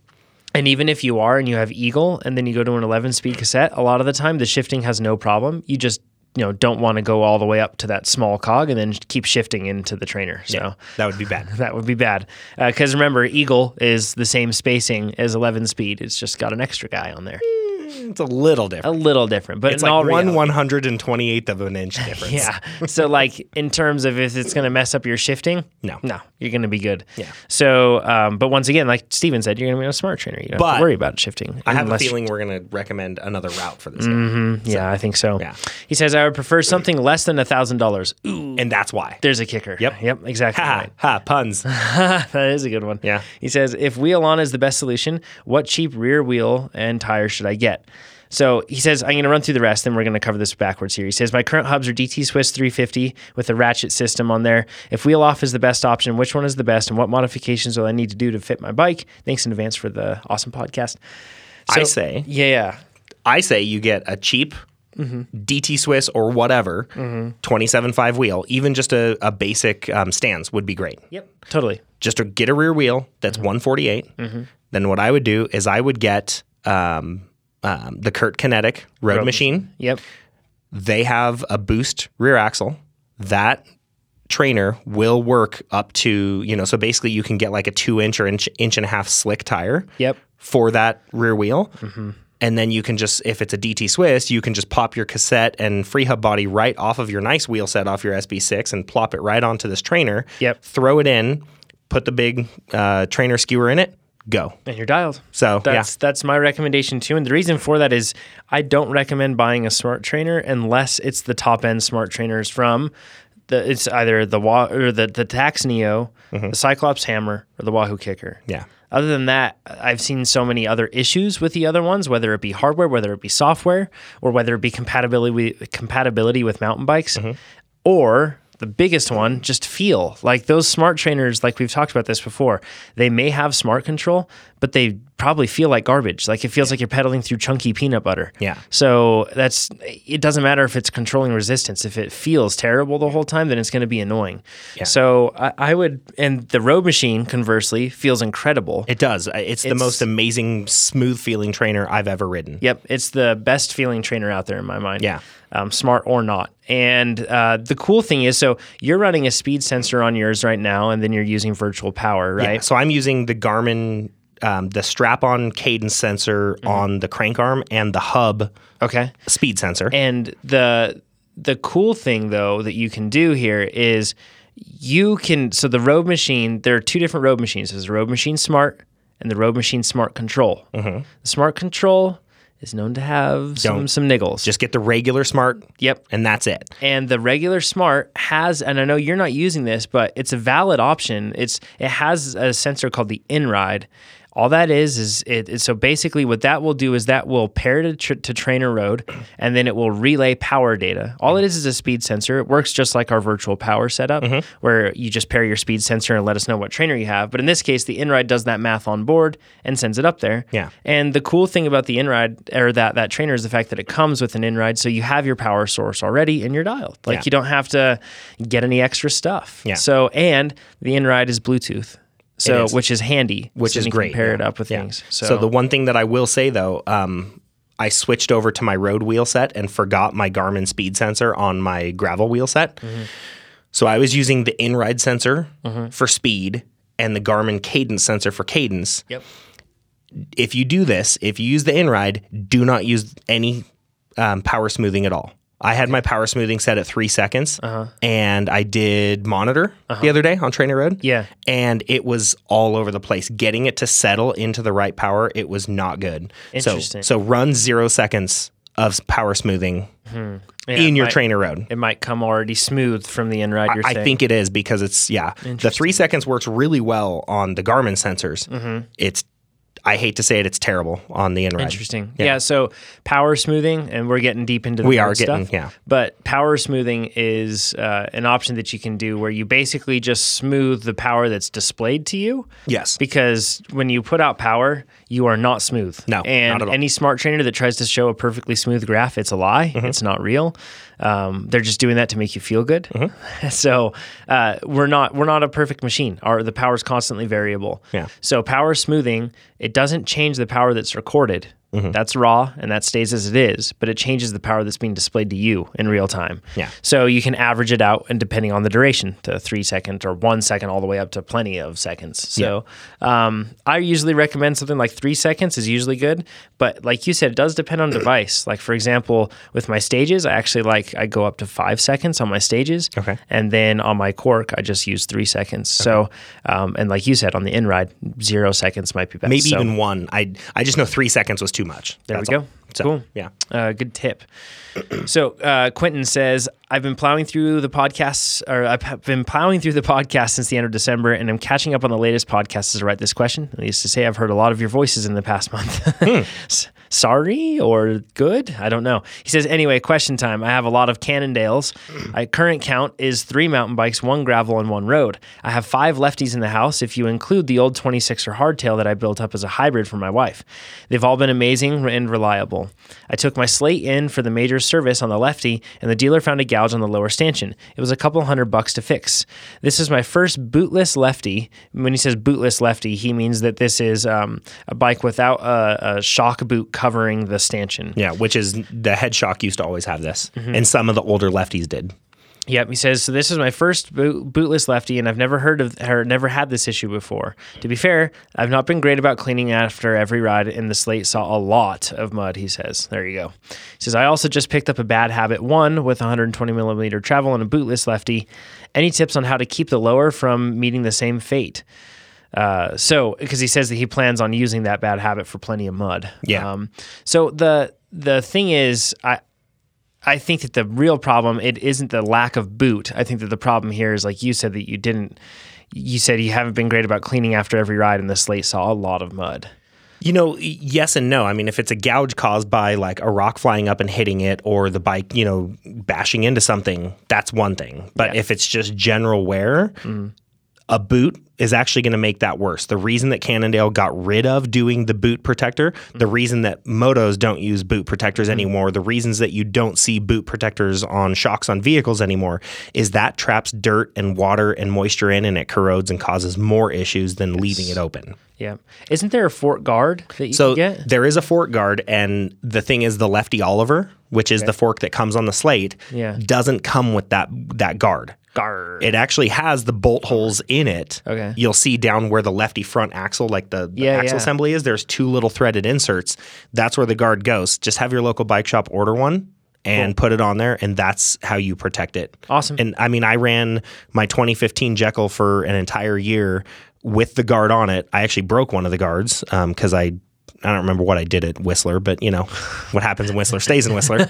Speaker 1: And even if you are and you have Eagle and then you go to an 11 speed cassette, a lot of the time the shifting has no problem. You just you know don't want to go all the way up to that small cog and then keep shifting into the trainer. So
Speaker 2: That would be bad.
Speaker 1: that would be bad. Because remember, Eagle is the same spacing as 11 speed. It's just got an extra guy on there.
Speaker 2: it's a little
Speaker 1: A
Speaker 2: different.
Speaker 1: little different, but
Speaker 2: It's
Speaker 1: in
Speaker 2: like
Speaker 1: all
Speaker 2: one
Speaker 1: reality-
Speaker 2: 128th of an inch difference.
Speaker 1: Yeah. So like in terms of if it's going to mess up your shifting,
Speaker 2: No.
Speaker 1: no, you're going to be good.
Speaker 2: Yeah.
Speaker 1: So, um, but once again, like Steven said, you're going to be on a smart trainer. You don't have
Speaker 2: But
Speaker 1: to worry about shifting.
Speaker 2: I have
Speaker 1: unless- Mm.
Speaker 2: a feeling we're going to recommend another route for this
Speaker 1: Yeah, I think so.
Speaker 2: Yeah.
Speaker 1: He says I would prefer something less than a thousand dollars. Ooh,
Speaker 2: guy. And that's why.
Speaker 1: There's a kicker.
Speaker 2: Yep.
Speaker 1: Yep. Exactly.
Speaker 2: Ha,
Speaker 1: right.
Speaker 2: ha, puns.
Speaker 1: that is a good one.
Speaker 2: Yeah.
Speaker 1: He says, if wheel on is the best solution, what cheap rear wheel and tire should I get? So he says, I'm going to run through the rest, then we're going to cover this backwards here. He says, My current hubs are DT Swiss 350 with a ratchet system on there. If wheel off is the best option, which one is the best, and what modifications will I need to do to fit my bike? Thanks in advance for the awesome podcast.
Speaker 2: I
Speaker 1: So-
Speaker 2: say,
Speaker 1: Yeah, yeah.
Speaker 2: I say you get a cheap
Speaker 1: Mm-hmm.
Speaker 2: DT Swiss or whatever 27.5 wheel, even just a, a basic um, stands would be great.
Speaker 1: Yep. Totally.
Speaker 2: Just to get a rear wheel that's 148. Then what I would do is I would get um, um, the Kurt Kinetic road machine.
Speaker 1: Yep.
Speaker 2: They have a boost rear axle. That trainer will work up to you know. So basically, you can get like a two inch or inch inch and a half slick tire.
Speaker 1: Yep. Mm-hmm.
Speaker 2: For that rear wheel. And then you can just, if it's a DT Swiss, you can just pop your cassette and free hub body right off of your nice wheel set off your SB6 and plop it right onto this trainer.
Speaker 1: Yep.
Speaker 2: Throw it in, put the big uh, trainer skewer in it, go.
Speaker 1: and you're dialed.
Speaker 2: So,
Speaker 1: that's that's my recommendation too. And the reason for that is I don't recommend buying a smart trainer unless it's the top end smart trainers from the it's either the Wa- or the the Tax Neo, the Cyclops Hammer, or the Wahoo Kicker.
Speaker 2: Mm-hmm. Yeah.
Speaker 1: Other than that, I've seen so many other issues with the other ones, whether it be hardware, whether it be software, or whether it be compatibility with, compatibility with mountain bikes, or the biggest one, just feel like those smart trainers. Like we've talked about this before, they may have smart control, but they probably feel like garbage. Like it feels like you're pedaling through chunky peanut butter.
Speaker 2: Yeah.
Speaker 1: So that's it doesn't matter if it's controlling resistance. If it feels terrible the whole time, then it's going to be annoying. So I, I would, and the road machine conversely feels incredible.
Speaker 2: It does. I- It's, the
Speaker 1: It's-
Speaker 2: most amazing, smooth feeling trainer I've ever ridden.
Speaker 1: Yep, it's the best feeling trainer out there in my mind.
Speaker 2: Yeah.
Speaker 1: um, smart or not. And uh, the cool thing is, so you're running a speed sensor on yours right now, and then you're using virtual power,
Speaker 2: Yeah,
Speaker 1: right?
Speaker 2: So I'm using the Garmin, um, the strap on cadence sensor on the crank arm and the hub
Speaker 1: Okay.
Speaker 2: speed sensor.
Speaker 1: And the the cool thing though that you can do here is you can so the road machine there are two different road machines. There's the road machine smart and the road machine smart control. The smart control is known to have some
Speaker 2: Mm-hmm. Don't.
Speaker 1: some niggles.
Speaker 2: Just get the regular smart,
Speaker 1: yep.
Speaker 2: and that's it.
Speaker 1: and the regular smart has and i know you're not using this but it's a valid option it's it has a sensor called the inride all that is is it, it- so basically what that will do is that will pair to, tr- to trainer road and then it will relay power data all it is is a speed sensor it works just like our virtual power setup where you just pair your speed sensor and let us know what trainer you have but in this case the inride does that math on board and sends it up there
Speaker 2: Yeah.
Speaker 1: and the cool thing about the InRide or that that trainer is the fact that it comes with an InRide, so you have your power source already and you're dialed. Like
Speaker 2: Yeah.
Speaker 1: you don't have to get any extra stuff.
Speaker 2: Yeah.
Speaker 1: So and the InRide is Bluetooth, so
Speaker 2: is.
Speaker 1: which is handy,
Speaker 2: which
Speaker 1: so
Speaker 2: is
Speaker 1: then you
Speaker 2: great.
Speaker 1: Can pair
Speaker 2: yeah.
Speaker 1: it up with
Speaker 2: Yeah.
Speaker 1: things. So,
Speaker 2: So. the one thing that I will say though, um, I switched over to my road wheel set and forgot my Garmin speed sensor on my gravel wheel set. So I was using the in ride sensor for speed and the Garmin cadence sensor for cadence.
Speaker 1: Yep.
Speaker 2: If you do this, if you use the in ride, do not use any um, power smoothing at all. I had my power smoothing set at three seconds,
Speaker 1: Uh-huh.
Speaker 2: and I did monitor the other day on Trainer Road.
Speaker 1: Yeah.
Speaker 2: and it was all over the place. Getting it to settle into the right power, it was not good.
Speaker 1: Interesting.
Speaker 2: So, so run zero seconds of power smoothing
Speaker 1: Hmm.
Speaker 2: in your
Speaker 1: my-
Speaker 2: Trainer Road.
Speaker 1: It might come already smooth from the in ride. You're
Speaker 2: I
Speaker 1: saying.
Speaker 2: think it is because it's yeah. The three seconds works really well on the Garmin sensors.
Speaker 1: Mm-hmm.
Speaker 2: It's I hate to say it, it's terrible on the Inride.
Speaker 1: Interesting. Yeah. So power smoothing, and we're getting deep into the
Speaker 2: We
Speaker 1: nerd
Speaker 2: are getting-
Speaker 1: stuff,
Speaker 2: yeah.
Speaker 1: But power smoothing is uh, an option that you can do where you basically just smooth the power that's displayed to you.
Speaker 2: Yes.
Speaker 1: Because when you put out power, you are not smooth.
Speaker 2: No,
Speaker 1: And
Speaker 2: not at all.
Speaker 1: any smart trainer that tries to show a perfectly smooth graph, it's a lie.
Speaker 2: Mm-hmm.
Speaker 1: It's not real. Um, they're just doing that to make you feel good.
Speaker 2: Mm-hmm.
Speaker 1: so uh, we're not we're not a perfect machine. Our the power's constantly variable.
Speaker 2: Yeah.
Speaker 1: So power smoothing, it doesn't change the power that's recorded.
Speaker 2: Mm-hmm.
Speaker 1: That's raw and that stays as it is, but it changes the power that's being displayed to you in real time.
Speaker 2: Yeah.
Speaker 1: So you can average it out and depending on the duration to three seconds or one second all the way up to plenty of seconds. So um, I usually recommend something like three seconds is usually good. But like you said, it does depend on device. Like for example, with my stages, I actually like I go up to five seconds on my stages.
Speaker 2: Okay.
Speaker 1: And then on my cork, I just use three seconds. So um, and like you said, on the in ride, zero seconds might be best.
Speaker 2: Maybe
Speaker 1: So,
Speaker 2: even one. I I just know three seconds was too much.
Speaker 1: there we
Speaker 2: That's
Speaker 1: go.
Speaker 2: all. So,
Speaker 1: cool.
Speaker 2: Yeah.
Speaker 1: Uh, good tip. So uh, Quentin says, I've been plowing through the podcasts, or I've ha- been plowing through the podcast since the end of December, and I'm catching up on the latest podcasts as I write this question. At least to say, I've heard a lot of your voices in the past month. S- Sorry or good? I don't know. He says, anyway, question time. I have a lot of Cannondales. My current count is three mountain bikes, one gravel, and one road. I have five lefties in the house if you include the old 26er hardtail that I built up as a hybrid for my wife. They've all been amazing and reliable. I took my slate in for the major service on the lefty, and the dealer found a gouge on the lower stanchion. It was a couple hundred bucks to fix. This is my first bootless lefty. When he says bootless lefty, he means that this is um, a bike without a, a shock boot covering the stanchion.
Speaker 2: Yeah, which is the head shock used to always have this,
Speaker 1: Mm-hmm.
Speaker 2: and some of the older lefties did.
Speaker 1: Yep, he says. So this is my first boot, bootless lefty, and I've never heard of or never had this issue before. To be fair, I've not been great about cleaning after every ride, and the slate saw a lot of mud. He says. There you go. He says I also just picked up a bad habit one with 120 millimeter travel and a bootless lefty. Any tips on how to keep the lower from meeting the same fate? Uh, so because he says that he plans on using that bad habit for plenty of mud.
Speaker 2: Yeah.
Speaker 1: Um, so the the thing is, I I think that the real problem it isn't the lack of boot. I think that the problem here is like you said that you didn't. You said you haven't been great about cleaning after every ride, and the slate saw a lot of mud.
Speaker 2: You know, y- yes and no. I mean, if it's a gouge caused by like a rock flying up and hitting it or the bike, you know, bashing into something, that's one thing. But if it's just general wear, a boot is actually going to make that worse. The reason that Cannondale got rid of doing the boot protector, the reason that motos don't use boot protectors anymore, the reasons that you don't see boot protectors on shocks on vehicles anymore is that traps dirt and water and moisture in and it corrodes and causes more issues than leaving it open.
Speaker 1: Yeah. Isn't there a fort guard that you
Speaker 2: So
Speaker 1: can get?
Speaker 2: there is a fork guard, and the thing is, the lefty Oliver, which is the fork that comes on the slate,
Speaker 1: Yeah.
Speaker 2: doesn't come with that that guard.
Speaker 1: Guard.
Speaker 2: It actually has the bolt holes in it.
Speaker 1: Okay.
Speaker 2: You'll see down where the lefty front axle, like the, the
Speaker 1: Yeah,
Speaker 2: axle
Speaker 1: yeah.
Speaker 2: assembly is, there's two little threaded inserts. That's where the guard goes. Just have your local bike shop order one and put it on there, and that's how you protect it.
Speaker 1: Awesome.
Speaker 2: And I mean, I ran my 2015 Jekyll for an entire year with the guard on it. I actually broke one of the guards because I. I don't remember what I did at Whistler, but you know, what happens in Whistler stays in Whistler.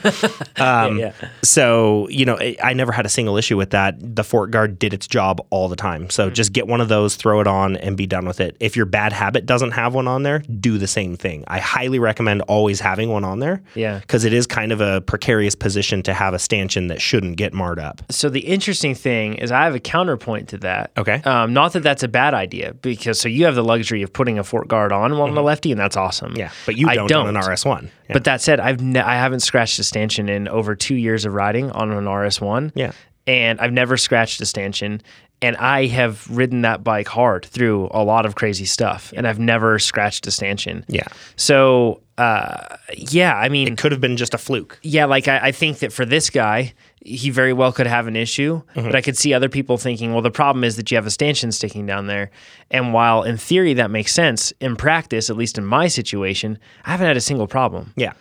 Speaker 2: Um,
Speaker 1: yeah.
Speaker 2: So, you know, I I never had a single issue with that. The fort guard did its job all the time.
Speaker 1: Mm-hmm.
Speaker 2: So just get one of those, throw it on, and be done with it. If your bad habit doesn't have one on there, do the same thing. I highly recommend always having one on there.
Speaker 1: Yeah.
Speaker 2: Because it is kind of a precarious position to have a stanchion that shouldn't get marred up.
Speaker 1: So the interesting thing is, I have a counterpoint to that.
Speaker 2: Okay.
Speaker 1: Um, not that that's a bad idea, because so you have the luxury of putting a fort guard on one on the lefty, and that's awesome.
Speaker 2: Mm-hmm. Yeah. But you
Speaker 1: I
Speaker 2: don't, on an RS1. Yeah.
Speaker 1: But that said, I've ne- I haven't scratched a stanchion in over two years of riding on an RS one.
Speaker 2: Yeah.
Speaker 1: and I've never scratched a stanchion. And I have ridden that bike hard through a lot of crazy stuff, and I've never scratched a stanchion.
Speaker 2: Yeah.
Speaker 1: So, uh, yeah, I mean,
Speaker 2: Could have been just a fluke.
Speaker 1: yeah, like I, I think that for this guy, he very well could have an issue,
Speaker 2: Mm-hmm.
Speaker 1: but I could see other people thinking, well, the problem is that you have a stanchion sticking down there. And while in theory that makes sense, in practice, at least in my situation, I haven't had a single problem.
Speaker 2: Yeah.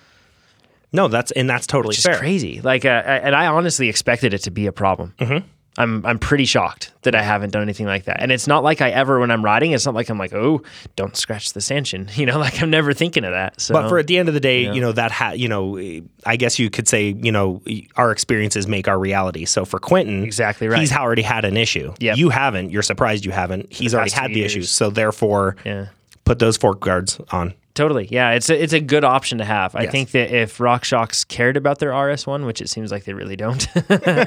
Speaker 2: No, that's and that's totally
Speaker 1: Which is
Speaker 2: fair.
Speaker 1: crazy. Like, uh, I- and I honestly expected it to be a problem. Mm-hmm. I'm I'm pretty shocked that I haven't done anything like that. And it's not like I ever, when I'm riding, it's not like I'm like, oh, don't scratch the stanchion. You know, like I'm never thinking of that. So,
Speaker 2: But for at the end of the day, you know that ha- you know, I guess you could say you know our experiences make our reality. So for Quentin,
Speaker 1: Exactly right.
Speaker 2: He's already had an issue.
Speaker 1: Yep.
Speaker 2: you haven't. You're surprised you haven't. He's already
Speaker 1: past
Speaker 2: had
Speaker 1: two
Speaker 2: the
Speaker 1: years.
Speaker 2: issues. So therefore,
Speaker 1: Yeah.
Speaker 2: put those fork guards on.
Speaker 1: Totally. Yeah, it's a, it's a good option to have. I
Speaker 2: Yes.
Speaker 1: think that if RockShox cared about their RS1, which it seems like they really don't,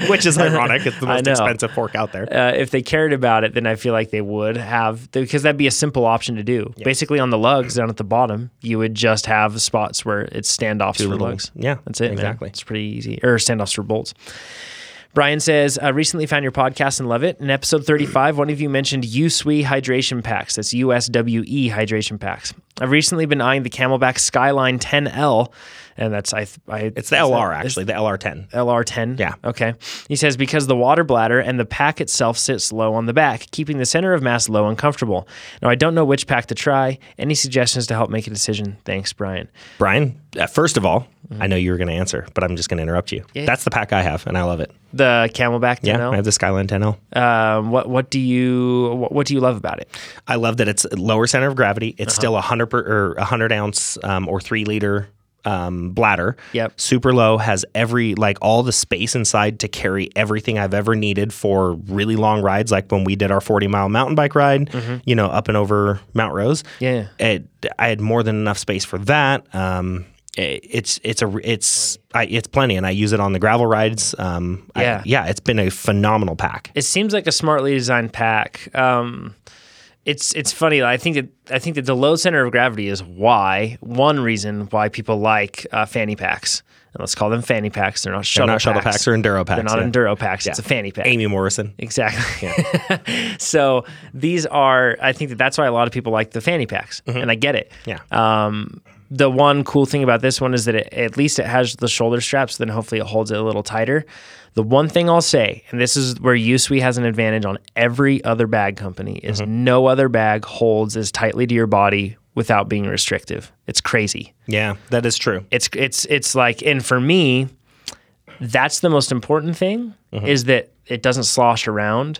Speaker 2: which is ironic. It's the
Speaker 1: I
Speaker 2: most
Speaker 1: know.
Speaker 2: expensive fork out there.
Speaker 1: uh, if they cared about it, then I feel like they would have because that'd be a simple option to do. Basically, on the lugs down at the bottom, you would just have spots where it's standoffs for
Speaker 2: little-
Speaker 1: lugs.
Speaker 2: yeah,
Speaker 1: that's it. Exactly.
Speaker 2: exactly.
Speaker 1: It's pretty easy. Or standoffs for bolts. Brian says, I recently found your podcast and love it. In episode 35, one of you mentioned USWE E hydration packs. That's USWE E hydration packs. I've recently been eyeing the Camelback Skyline 10L, and that's, I, I
Speaker 2: It's the LR actually, the LR10.
Speaker 1: LR10.
Speaker 2: Yeah.
Speaker 1: Okay. He says because the water bladder and the pack itself sits low on the back, keeping the center of mass low and comfortable. Now I don't know which pack to try. Any suggestions to help make a decision? Thanks, Brian.
Speaker 2: Brian, uh, first of all,
Speaker 1: Mm-hmm.
Speaker 2: I know you were going to answer, but I'm just going to interrupt you. That's the pack I have, and I love it.
Speaker 1: The Camelback
Speaker 2: Yeah, I
Speaker 1: 10L.
Speaker 2: have the Skyline 10L.
Speaker 1: um, what what do you what, what do you love about it?
Speaker 2: I love that it's lower center of gravity. It's
Speaker 1: Uh-huh.
Speaker 2: still a hundred per, or a hundred ounce um, or three liter um, bladder.
Speaker 1: Yep.
Speaker 2: Super low has every like all the space inside to carry everything I've ever needed for really long rides, like when we did our forty mile mountain bike ride. You know, up and over Mount Rose.
Speaker 1: Mm-hmm. Yeah.
Speaker 2: It, I had more than enough space for that. Um, it- it's it's a it's I, it's plenty, and I use it on the gravel rides. Um, I-
Speaker 1: Yeah.
Speaker 2: yeah, it's been a phenomenal pack.
Speaker 1: It seems like a smartly designed pack. Um, it's it's funny. I think that I think that the low center of gravity is why one reason why people like uh, fanny packs. And let's call them fanny packs. They're not shuttle
Speaker 2: not shuttle
Speaker 1: packs.
Speaker 2: packs or enduro
Speaker 1: They're
Speaker 2: packs,
Speaker 1: not
Speaker 2: yeah.
Speaker 1: enduro packs. It's a fanny pack.
Speaker 2: Amy Morrison.
Speaker 1: Exactly. so these are, I think that that's why a lot of people like the fanny packs, and I get it.
Speaker 2: Yeah.
Speaker 1: Um, the one cool thing about this one is that it, at least it has the shoulder straps, then hopefully it holds it a little tighter. The one thing I'll say, and this is where USWE has an advantage on every other bag company, is no other bag holds as tightly to your body without being restrictive. It's crazy
Speaker 2: yeah, that is true.
Speaker 1: it's it's it's like and for me that's the most important thing
Speaker 2: Mm-hmm.
Speaker 1: is that it doesn't slosh around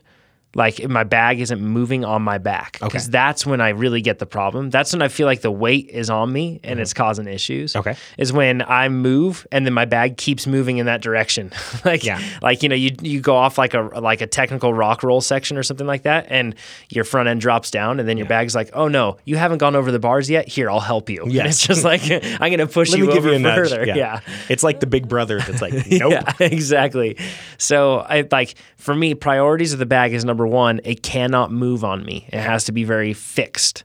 Speaker 1: like my bag isn't moving on my back because that's when i really get the problem that's when i feel like the weight is on me and it's causing issues
Speaker 2: Mm-hmm. Okay.
Speaker 1: is when i move and then my bag keeps moving in that direction like
Speaker 2: Yeah.
Speaker 1: like you know you you go off like a like a technical rock roll section or something like that and your front end drops down and then your bag's like oh no you haven't gone over the bars yet here i'll help you and
Speaker 2: Yes.
Speaker 1: it's just like i'm gonna push you over further yeah.
Speaker 2: It's like the big brother that's like, nope.
Speaker 1: Yeah, exactly. So I like for me, priorities of the bag is number one. It cannot move on me. It has to be very fixed.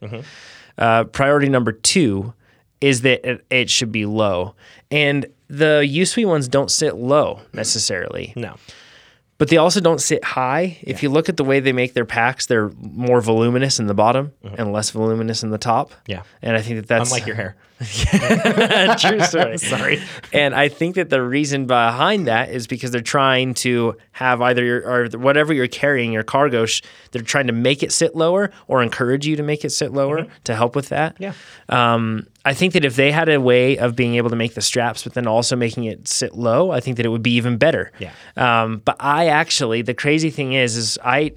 Speaker 1: Uh, priority number two is that it, it should be low, and the USWE E ones don't sit low necessarily
Speaker 2: No.
Speaker 1: but they also don't sit high. If you look at the way they make their packs, they're more voluminous in the bottom and less voluminous in the top.
Speaker 2: Yeah.
Speaker 1: and I think that that's
Speaker 2: Unlike your hair.
Speaker 1: true story. Sorry, and I think that the reason behind that is because they're trying to have either your or whatever you're carrying your cargo, sh- they're trying to make it sit lower or encourage you to make it sit lower to help with that.
Speaker 2: Yeah.
Speaker 1: Um, I think that if they had a way of being able to make the straps, but then also making it sit low, I think that it would be even better.
Speaker 2: Yeah.
Speaker 1: Um, but I actually, the crazy thing is, is I,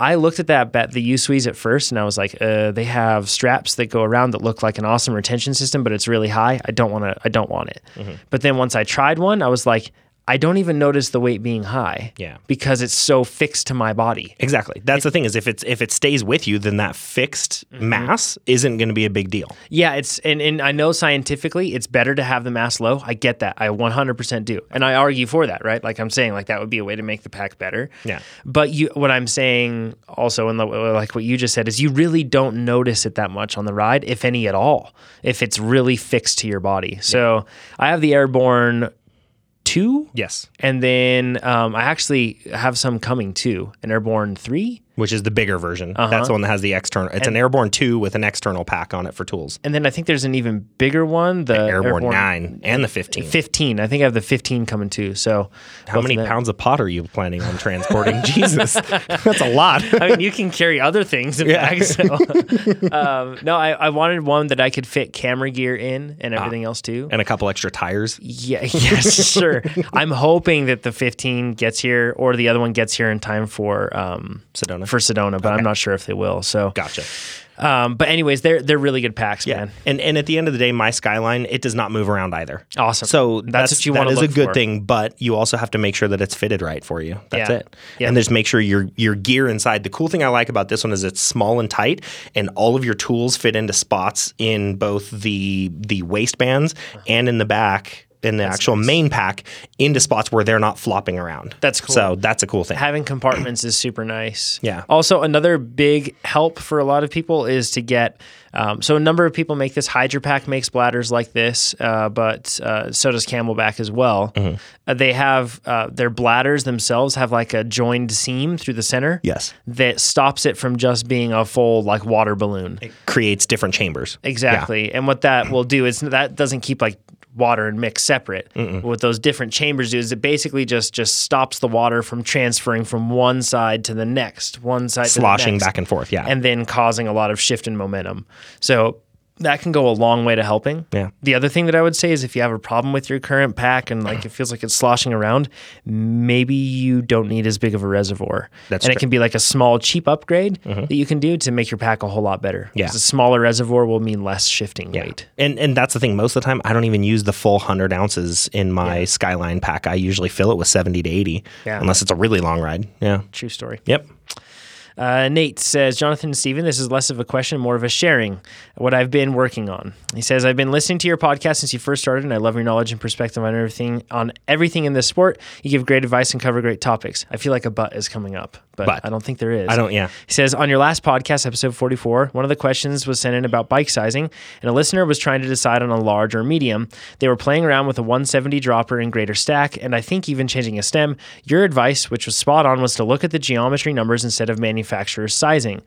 Speaker 1: I looked at that bet the USWEs at first, and I was like, uh, they have straps that go around that look like an awesome retention system, but it's really high. I don't want to. I don't want it.
Speaker 2: Mm-hmm.
Speaker 1: But then once I tried one, I was like, I don't even notice the weight being high.
Speaker 2: Yeah.
Speaker 1: Because it's so fixed to my body.
Speaker 2: Exactly. That's the thing is if it's if it stays with you, then that fixed
Speaker 1: Mm-hmm.
Speaker 2: mass isn't going to be a big deal.
Speaker 1: Yeah, it's and, and I know scientifically it's better to have the mass low. I get that. I 100% do. And I argue for that, right? Like I'm saying like that would be a way to make the pack better.
Speaker 2: Yeah.
Speaker 1: But you what I'm saying also in the, like what you just said is you really don't notice it that much on the ride if any at all if it's really fixed to your body. So, I have the airborne two.
Speaker 2: Yes,
Speaker 1: And then um, I actually have some coming too. An Airborne three.
Speaker 2: which is the bigger version.
Speaker 1: Uh-huh.
Speaker 2: That's the one that has the external. It's an Airborne two with an external pack on it for tools.
Speaker 1: And then I think there's an even bigger one. The
Speaker 2: Airborne, nine and the fifteen.
Speaker 1: 15. I think I have the 15 coming too. So
Speaker 2: How many pounds of pot are you planning on transporting? Jesus, that's a lot.
Speaker 1: I mean, you can carry other things in bags. So. um, no, I, I wanted one that I could fit camera gear in and everything else too.
Speaker 2: and a couple extra tires.
Speaker 1: Yeah, yes, sure. I'm hoping that the 15 gets here or the other one gets here in time for um,
Speaker 2: Sedona.
Speaker 1: for Sedona, but I'm not sure if they will. So,
Speaker 2: Gotcha.
Speaker 1: um, but anyways, they're they're really good packs, man.
Speaker 2: And and at the end of the day, my skyline it does not move around either.
Speaker 1: Awesome.
Speaker 2: So
Speaker 1: That's
Speaker 2: that's,
Speaker 1: what you
Speaker 2: that
Speaker 1: wanna
Speaker 2: is
Speaker 1: look
Speaker 2: a good
Speaker 1: for.
Speaker 2: thing, but you also have to make sure that it's fitted right for you. That's
Speaker 1: Yeah.
Speaker 2: it.
Speaker 1: Yeah.
Speaker 2: And just make sure your your gear inside. The cool thing I like about this one is it's small and tight, and all of your tools fit into spots in both the the waistbands
Speaker 1: Uh-huh.
Speaker 2: and in the back. In the actual main pack, into spots where they're not flopping around.
Speaker 1: That's cool.
Speaker 2: So that's a cool thing.
Speaker 1: Having compartments is super nice.
Speaker 2: Yeah.
Speaker 1: Also, another big help for a lot of people is to get. Um, so a number of people make this. Hydropack makes bladders like this, uh, but uh, so does Camelback as well. Uh, they have uh, their bladders themselves have like a joined seam through the center.
Speaker 2: Yes.
Speaker 1: That stops it from just being a full like water balloon.
Speaker 2: Creates different chambers.
Speaker 1: Exactly. And what that will do is that doesn't keep like water and mix separate. What those different chambers do is it basically just just stops the water from transferring from one side to the next, one side to the
Speaker 2: Sloshing
Speaker 1: next,
Speaker 2: back and forth. Yeah.
Speaker 1: and then causing a lot of shift in momentum. So that can go a long way to helping.
Speaker 2: Yeah.
Speaker 1: The other thing that I would say is if you have a problem with your current pack and like it feels like it's sloshing around, maybe you don't need as big of a reservoir.
Speaker 2: That's
Speaker 1: and
Speaker 2: true. Mm-hmm.
Speaker 1: it can be like a small cheap upgrade that you can do to make your pack a whole lot better.
Speaker 2: Yeah.
Speaker 1: 'Cause A smaller reservoir will mean less shifting weight.
Speaker 2: And and that's the thing. Most of the time, I don't even use the full hundred ounces in my Skyline pack. I usually fill it with seventy to eighty,
Speaker 1: Yeah.
Speaker 2: unless it's a really long ride. Yeah.
Speaker 1: True story.
Speaker 2: Yep.
Speaker 1: Uh, Nate says, Jonathan and Steven, this is less of a question, more of a sharing what I've been working on. He says, I've been listening to your podcast since you first started, and I love your knowledge and perspective on everything on everything in this sport. You give great advice and cover great topics. I feel like a butt is coming up, but,
Speaker 2: But.
Speaker 1: I don't think there is.
Speaker 2: I don't- yeah.
Speaker 1: He says, on your last podcast, episode 44, one of the questions was sent in about bike sizing, and a listener was trying to decide on a large or medium. They were playing around with a 170 dropper and greater stack, and I think even changing a stem. Your advice, which was spot on, was to look at the geometry numbers instead of manufacturer's sizing.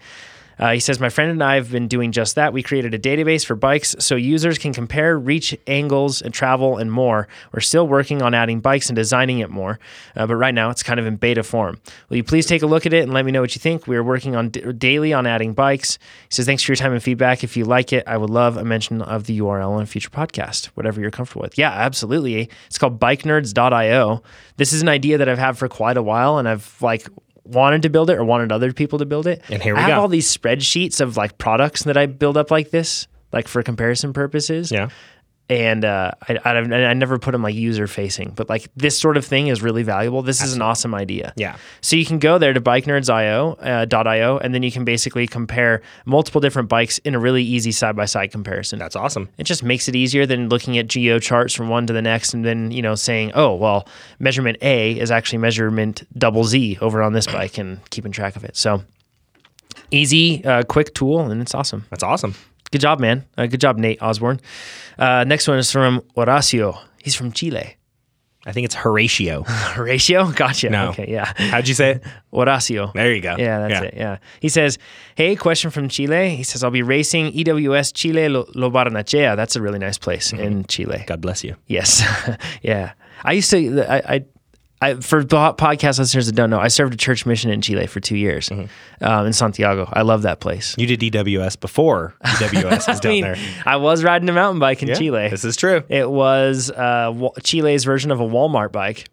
Speaker 1: Uh, he says, My friend and I have been doing just that. We created a database for bikes so users can compare reach, angles, and travel, and more. We're still working on adding bikes and designing it more, uh, but right now it's kind of in beta form. Will you please take a look at it and let me know what you think? We are working on d- daily on adding bikes. He says, Thanks for your time and feedback. If you like it, I would love a mention of the URL on a future podcast, whatever you're comfortable with. Yeah, absolutely. It's called bikenerds.io. This is an idea that I've had for quite a while, and I've like, wanted to build it or wanted other people to build it.
Speaker 2: And here we
Speaker 1: I have
Speaker 2: go.
Speaker 1: all these spreadsheets of like products that I build up like this, like for comparison purposes.
Speaker 2: Yeah.
Speaker 1: And uh, I, I, don't- I never put them like user facing, but like this sort of thing is really valuable. This is an awesome idea.
Speaker 2: Yeah.
Speaker 1: So you can go there to bikenerds.io, uh, dot .io, and then you can basically compare multiple different bikes in a really easy side by side comparison
Speaker 2: That's awesome.
Speaker 1: it just makes it easier than looking at geo charts from one to the next and then you know saying oh well measurement a is actually measurement double z over on this bike and keeping track of it so easy uh, quick tool and it's awesome
Speaker 2: That's awesome.
Speaker 1: good job man uh, good job nate osborne uh, next one is from horacio he's from chile
Speaker 2: I think it's Horatio.
Speaker 1: horatio gotcha
Speaker 2: No.
Speaker 1: okay yeah
Speaker 2: How'd you say it?
Speaker 1: horacio
Speaker 2: There you go.
Speaker 1: yeah, that's it. Yeah. He says, Hey, question from Chile. He says, I'll be racing EWS Chile Lo- Lobarnachea. That's a really nice place in Chile.
Speaker 2: God bless you.
Speaker 1: Yes. yeah. I used to, I, I, I, for po- podcast listeners that don't know, I served a church mission in Chile for two years
Speaker 2: Mm-hmm.
Speaker 1: um, in Santiago. I love that place.
Speaker 2: You did EWS before EWS is down
Speaker 1: I mean,
Speaker 2: there.
Speaker 1: I was riding a mountain bike in
Speaker 2: Yeah,
Speaker 1: Chile.
Speaker 2: This is true.
Speaker 1: It was uh, Wa- Chile's version of a Walmart bike.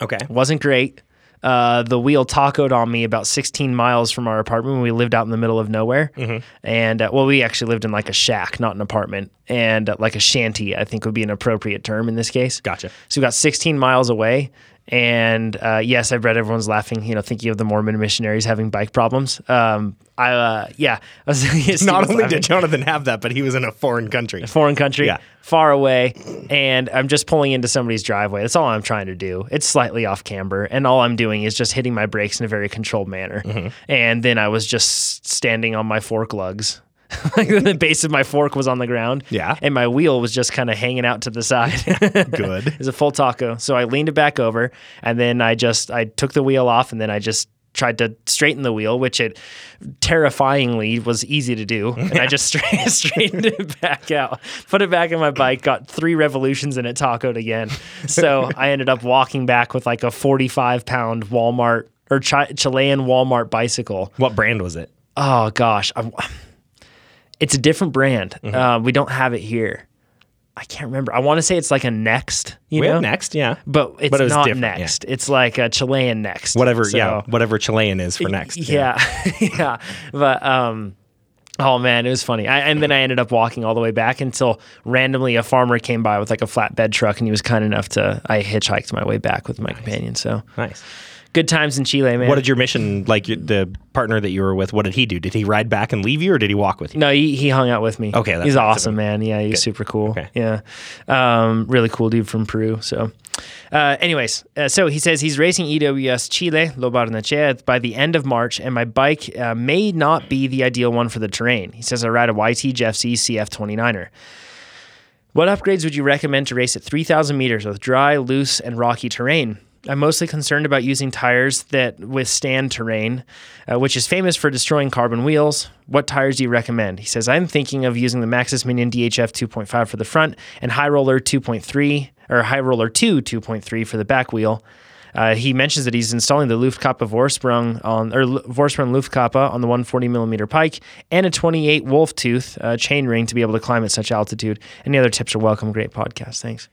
Speaker 2: Okay.
Speaker 1: wasn't great. Uh, the wheel tacoed on me about 16 miles from our apartment. We lived out in the middle of nowhere,
Speaker 2: Mm-hmm.
Speaker 1: and uh, well, we actually lived in like a shack, not an apartment, and uh, like a shanty. I think would be an appropriate term in this case.
Speaker 2: Gotcha.
Speaker 1: So we got 16 miles away, and uh, yes, I read everyone's laughing. You know, thinking of the Mormon missionaries having bike problems. Um, I uh, yeah, I was,
Speaker 2: Not
Speaker 1: Steven's
Speaker 2: only
Speaker 1: laughing
Speaker 2: did Jonathan have that, but he was in a foreign country.
Speaker 1: foreign country,
Speaker 2: Yeah.
Speaker 1: far away, and I'm just pulling into somebody's driveway. That's all I'm trying to do. It's slightly off camber, and all I'm doing is just hitting
Speaker 2: Mm-hmm.
Speaker 1: my brakes in a very controlled manner. And then I was just standing on my fork lugs like the base of my fork was on the ground.
Speaker 2: Yeah.
Speaker 1: And my wheel was just kind of hanging out to the side.
Speaker 2: Good.
Speaker 1: It was a full taco. So I leaned it back over and then I just I took the wheel off and then I just tried to straighten the wheel, which it terrifyingly was easy to do. And I just straight, straightened it back out, put it back in my bike, got three revolutions and it tacoed again. So I ended up walking back with like a 45 pound Walmart or chi- Chilean Walmart bicycle.
Speaker 2: What brand was it?
Speaker 1: Oh gosh, I'm, it's a different brand.
Speaker 2: Mm-hmm.
Speaker 1: Uh, we don't have it here. I can't remember. I want to say it's like a Next, you
Speaker 2: we
Speaker 1: know,
Speaker 2: have next, yeah.
Speaker 1: but it's
Speaker 2: But it was
Speaker 1: not
Speaker 2: different, yeah.
Speaker 1: Next. It's like a Chilean Next.
Speaker 2: whatever,
Speaker 1: So-
Speaker 2: yeah, whatever Chilean is for next.
Speaker 1: yeah, yeah. But um, oh man, it was funny. I, and then I ended up walking all the way back until randomly a farmer came by with like a flatbed truck, and he was kind enough to. I hitchhiked my way back with my companion. So
Speaker 2: Nice.
Speaker 1: good times in Chile, man.
Speaker 2: What did your mission, like your, the partner that you were with, what did he do? Did he ride back and leave you, or did he walk with you?
Speaker 1: No, he, he hung out with me.
Speaker 2: Okay, that's
Speaker 1: he's
Speaker 2: nice of
Speaker 1: awesome, man. Yeah, he's super cool.
Speaker 2: Okay.
Speaker 1: Yeah, um, really cool dude from Peru. So, uh, anyways, uh, so he says he's racing EWS Chile Lo Barnechea by the end of March, and my bike uh, may not be the ideal one for the terrain. He says I ride a YT Jeff C CF 29er. What upgrades would you recommend to race at 3,000 meters with dry, loose, and rocky terrain? I'm mostly concerned about using tires that withstand terrain, uh, which is famous for destroying carbon wheels. What tires do you recommend? He says, I'm thinking of using the Maxxis Minion DHF 2.5 for the front and High Roller 2.3 or High Roller 2 2.3 for the back wheel. Uh, he mentions that he's installing the Luftkappa Vorsprung on or Lu- Vorsprung Luftkappa on the 140 millimeter pike and a 28 wolf tooth uh, chain ring to be able to climb at such altitude. Any other tips are welcome. Great podcast. Thanks.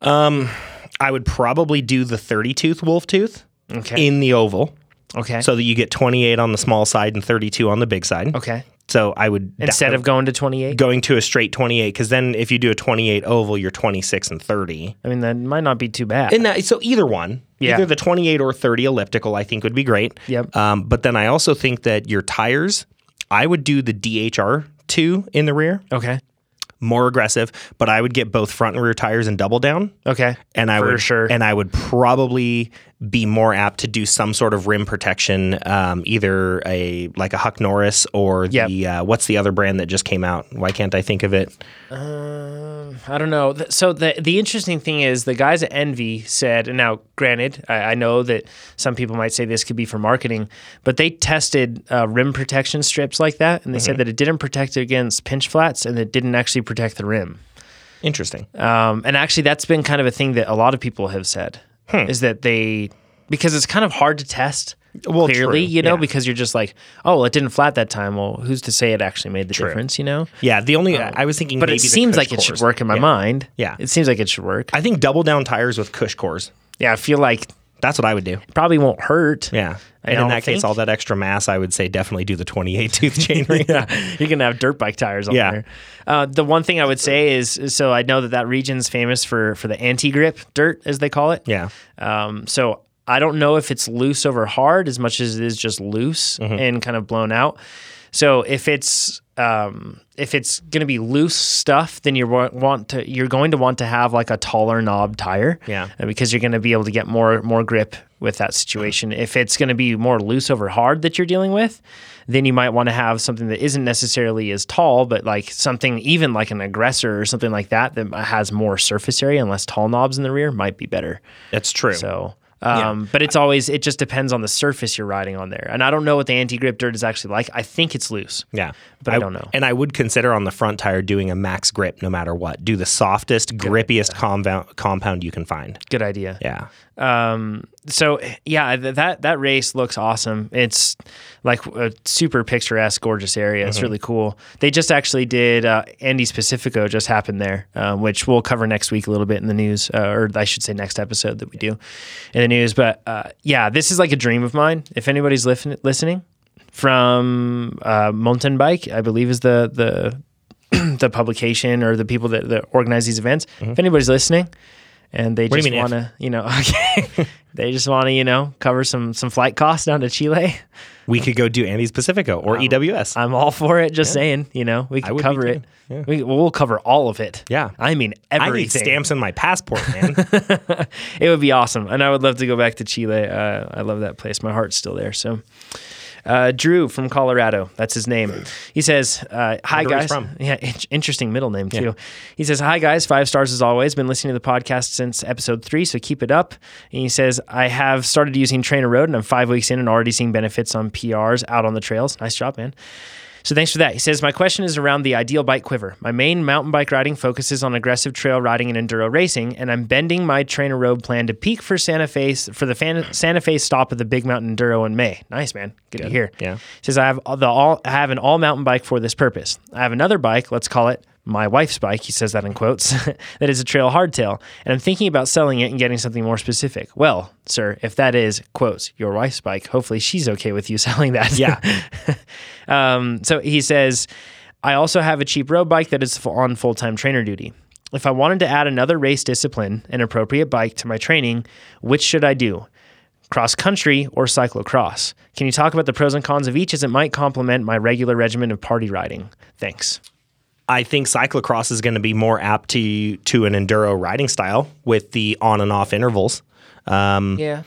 Speaker 2: I would probably do the 30 tooth wolf tooth
Speaker 1: Okay.
Speaker 2: in the oval
Speaker 1: okay.
Speaker 2: so that you get 28 on the small side and 32 on the big side.
Speaker 1: okay.
Speaker 2: So I would,
Speaker 1: Instead of going to 28,
Speaker 2: going to a straight 28, because then if you do a 28 oval, you're 26 and 30.
Speaker 1: I mean that might not be too bad.
Speaker 2: And that, so either one,
Speaker 1: Yeah.
Speaker 2: either the 28 or 30 elliptical, I think would be great.
Speaker 1: Yep.
Speaker 2: Um, but then I also think that your tires, I would do the DHR two in the rear,
Speaker 1: okay.
Speaker 2: more aggressive, but I would get both front and rear tires and double down.
Speaker 1: Okay.
Speaker 2: And I
Speaker 1: For
Speaker 2: would
Speaker 1: sure.
Speaker 2: and I would probably be more apt to do some sort of rim protection, um, either a like a Huck Norris or the
Speaker 1: Yep.
Speaker 2: uh, what's the other brand that just came out? Why can't I think of it?
Speaker 1: Um, I don't know. Th- So the the interesting thing is the guys at Envy said. and Now, granted, I, I know that some people might say this could be for marketing, but they tested uh, rim protection strips like that, and they
Speaker 2: Mm-hmm.
Speaker 1: said that it didn't protect against pinch flats, and it didn't actually protect the rim.
Speaker 2: Interesting.
Speaker 1: Um, and actually, that's been kind of a thing that a lot of people have said
Speaker 2: Hmm.
Speaker 1: is that they because it's kind of hard to test.
Speaker 2: Well,
Speaker 1: clearly,
Speaker 2: true,
Speaker 1: you know,
Speaker 2: yeah.
Speaker 1: because you're just like, oh, well, it didn't flat that time. Well, who's to say it actually made the difference? You know.
Speaker 2: yeah, the only I was thinking,
Speaker 1: Uh, But
Speaker 2: maybe
Speaker 1: it
Speaker 2: the
Speaker 1: seems
Speaker 2: Cush
Speaker 1: like it should
Speaker 2: cores.
Speaker 1: work in my
Speaker 2: Yeah.
Speaker 1: mind.
Speaker 2: Yeah.
Speaker 1: It seems like it should work.
Speaker 2: I think double down tires with Cush cores.
Speaker 1: Yeah, I feel like it
Speaker 2: That's what I would do.
Speaker 1: probably won't hurt.
Speaker 2: Yeah.
Speaker 1: I
Speaker 2: and in
Speaker 1: don't
Speaker 2: that case,
Speaker 1: think-
Speaker 2: all that extra mass, I would say definitely do the 28 tooth chainring.
Speaker 1: You're gonna have dirt bike tires on
Speaker 2: Yeah.
Speaker 1: there. Uh, the one thing I would say is, is so I know that that region's famous for for the anti grip dirt, as they call it.
Speaker 2: Yeah.
Speaker 1: Um, so I don't know if it's loose over hard as much as it is just loose and kind of blown out. So if it's um, if it's going to be loose stuff, then you wa- want to you're going to want to have like a taller knob tire,
Speaker 2: Yeah.
Speaker 1: uh, because you're going to be able to get more more grip with that situation. If it's going to be more loose over hard that you're dealing with, then you might want to have something that isn't necessarily as tall, but like something even like an aggressor or something like that that has more surface area and less tall knobs in the rear might be better.
Speaker 2: That's true.
Speaker 1: So, um, but it's always it just depends on the surface you're riding on there, and I don't know what the anti grip dirt is actually like. I think it's loose.
Speaker 2: yeah.
Speaker 1: but I don't know.
Speaker 2: And I would consider on the front tire doing a max grip no matter what. Do the softest, grippiest compound, compound you can find.
Speaker 1: Good idea.
Speaker 2: Yeah.
Speaker 1: So yeah, th- that that race looks awesome. It's like a super picturesque, gorgeous area.
Speaker 2: Mm-hmm.
Speaker 1: It's really cool. They just actually did uh, Andy Pacifico just happened there, uh, which we'll cover next week a little bit in the news, uh, or I should say next episode that we do in the news. But uh, yeah, this is like a dream of mine. If anybody's listen- listening from uh, Mountain Bike, I believe is the the the publication or the people that, that organize these events. If anybody's listening and they
Speaker 2: Mm-hmm. do
Speaker 1: just
Speaker 2: you mean if?
Speaker 1: want to, you know, okay, they just want to, you know, cover some some flight costs down to Chile.
Speaker 2: We could go do Andes Pacifico or E EWS.
Speaker 1: I'm all for it. Just saying, you know, we
Speaker 2: would
Speaker 1: can
Speaker 2: be
Speaker 1: cover it.
Speaker 2: too. Yeah.
Speaker 1: We, we'll cover all of it.
Speaker 2: Yeah.
Speaker 1: I mean
Speaker 2: I
Speaker 1: everything.
Speaker 2: need stamps in my passport, man.
Speaker 1: It would be awesome, and I would love to go back to Chile. Uh, I love that place. My heart's still there. So, Uh, Drew from Colorado, that's his name. He says, uh, "Hi
Speaker 2: Wonder where
Speaker 1: guys,
Speaker 2: he's from.
Speaker 1: yeah, in- interesting middle name too." He says, "Hi guys, five stars as always. Been listening to the podcast since episode three, so keep it up." And he says, "I have started using Trainer Road, and I'm five weeks in and already seeing benefits on PRs out on the trails. Nice job, man." So thanks for that. He says, My question is around the ideal bike quiver. My main mountain bike riding focuses on aggressive trail riding and enduro racing, and I'm bending my trainer road plan to peak for Santa Fe for the fan, Santa Fe stop of the Big Mountain Enduro in May. Nice man. Good, to hear.
Speaker 2: Yeah.
Speaker 1: He says I have all- the all I have an all mountain bike for this purpose. I have another bike, let's call it my wife's bike, he says that in quotes, that is a trail hardtail, and I'm thinking about selling it and getting something more specific. Well, sir, if that is, quotes, your wife's bike, hopefully she's okay with you selling that.
Speaker 2: Yeah.
Speaker 1: um, so he says, I also have a cheap road bike that is fu- on full time trainer duty. If I wanted to add another race discipline, an appropriate bike to my training, which should I do? Cross country or cyclocross? Can you talk about the pros and cons of each as it might complement my regular regimen of party riding? Thanks.
Speaker 2: I think cyclocross is going to be more apt to to an enduro riding style with the on and off intervals. Mm.
Speaker 1: Yeah.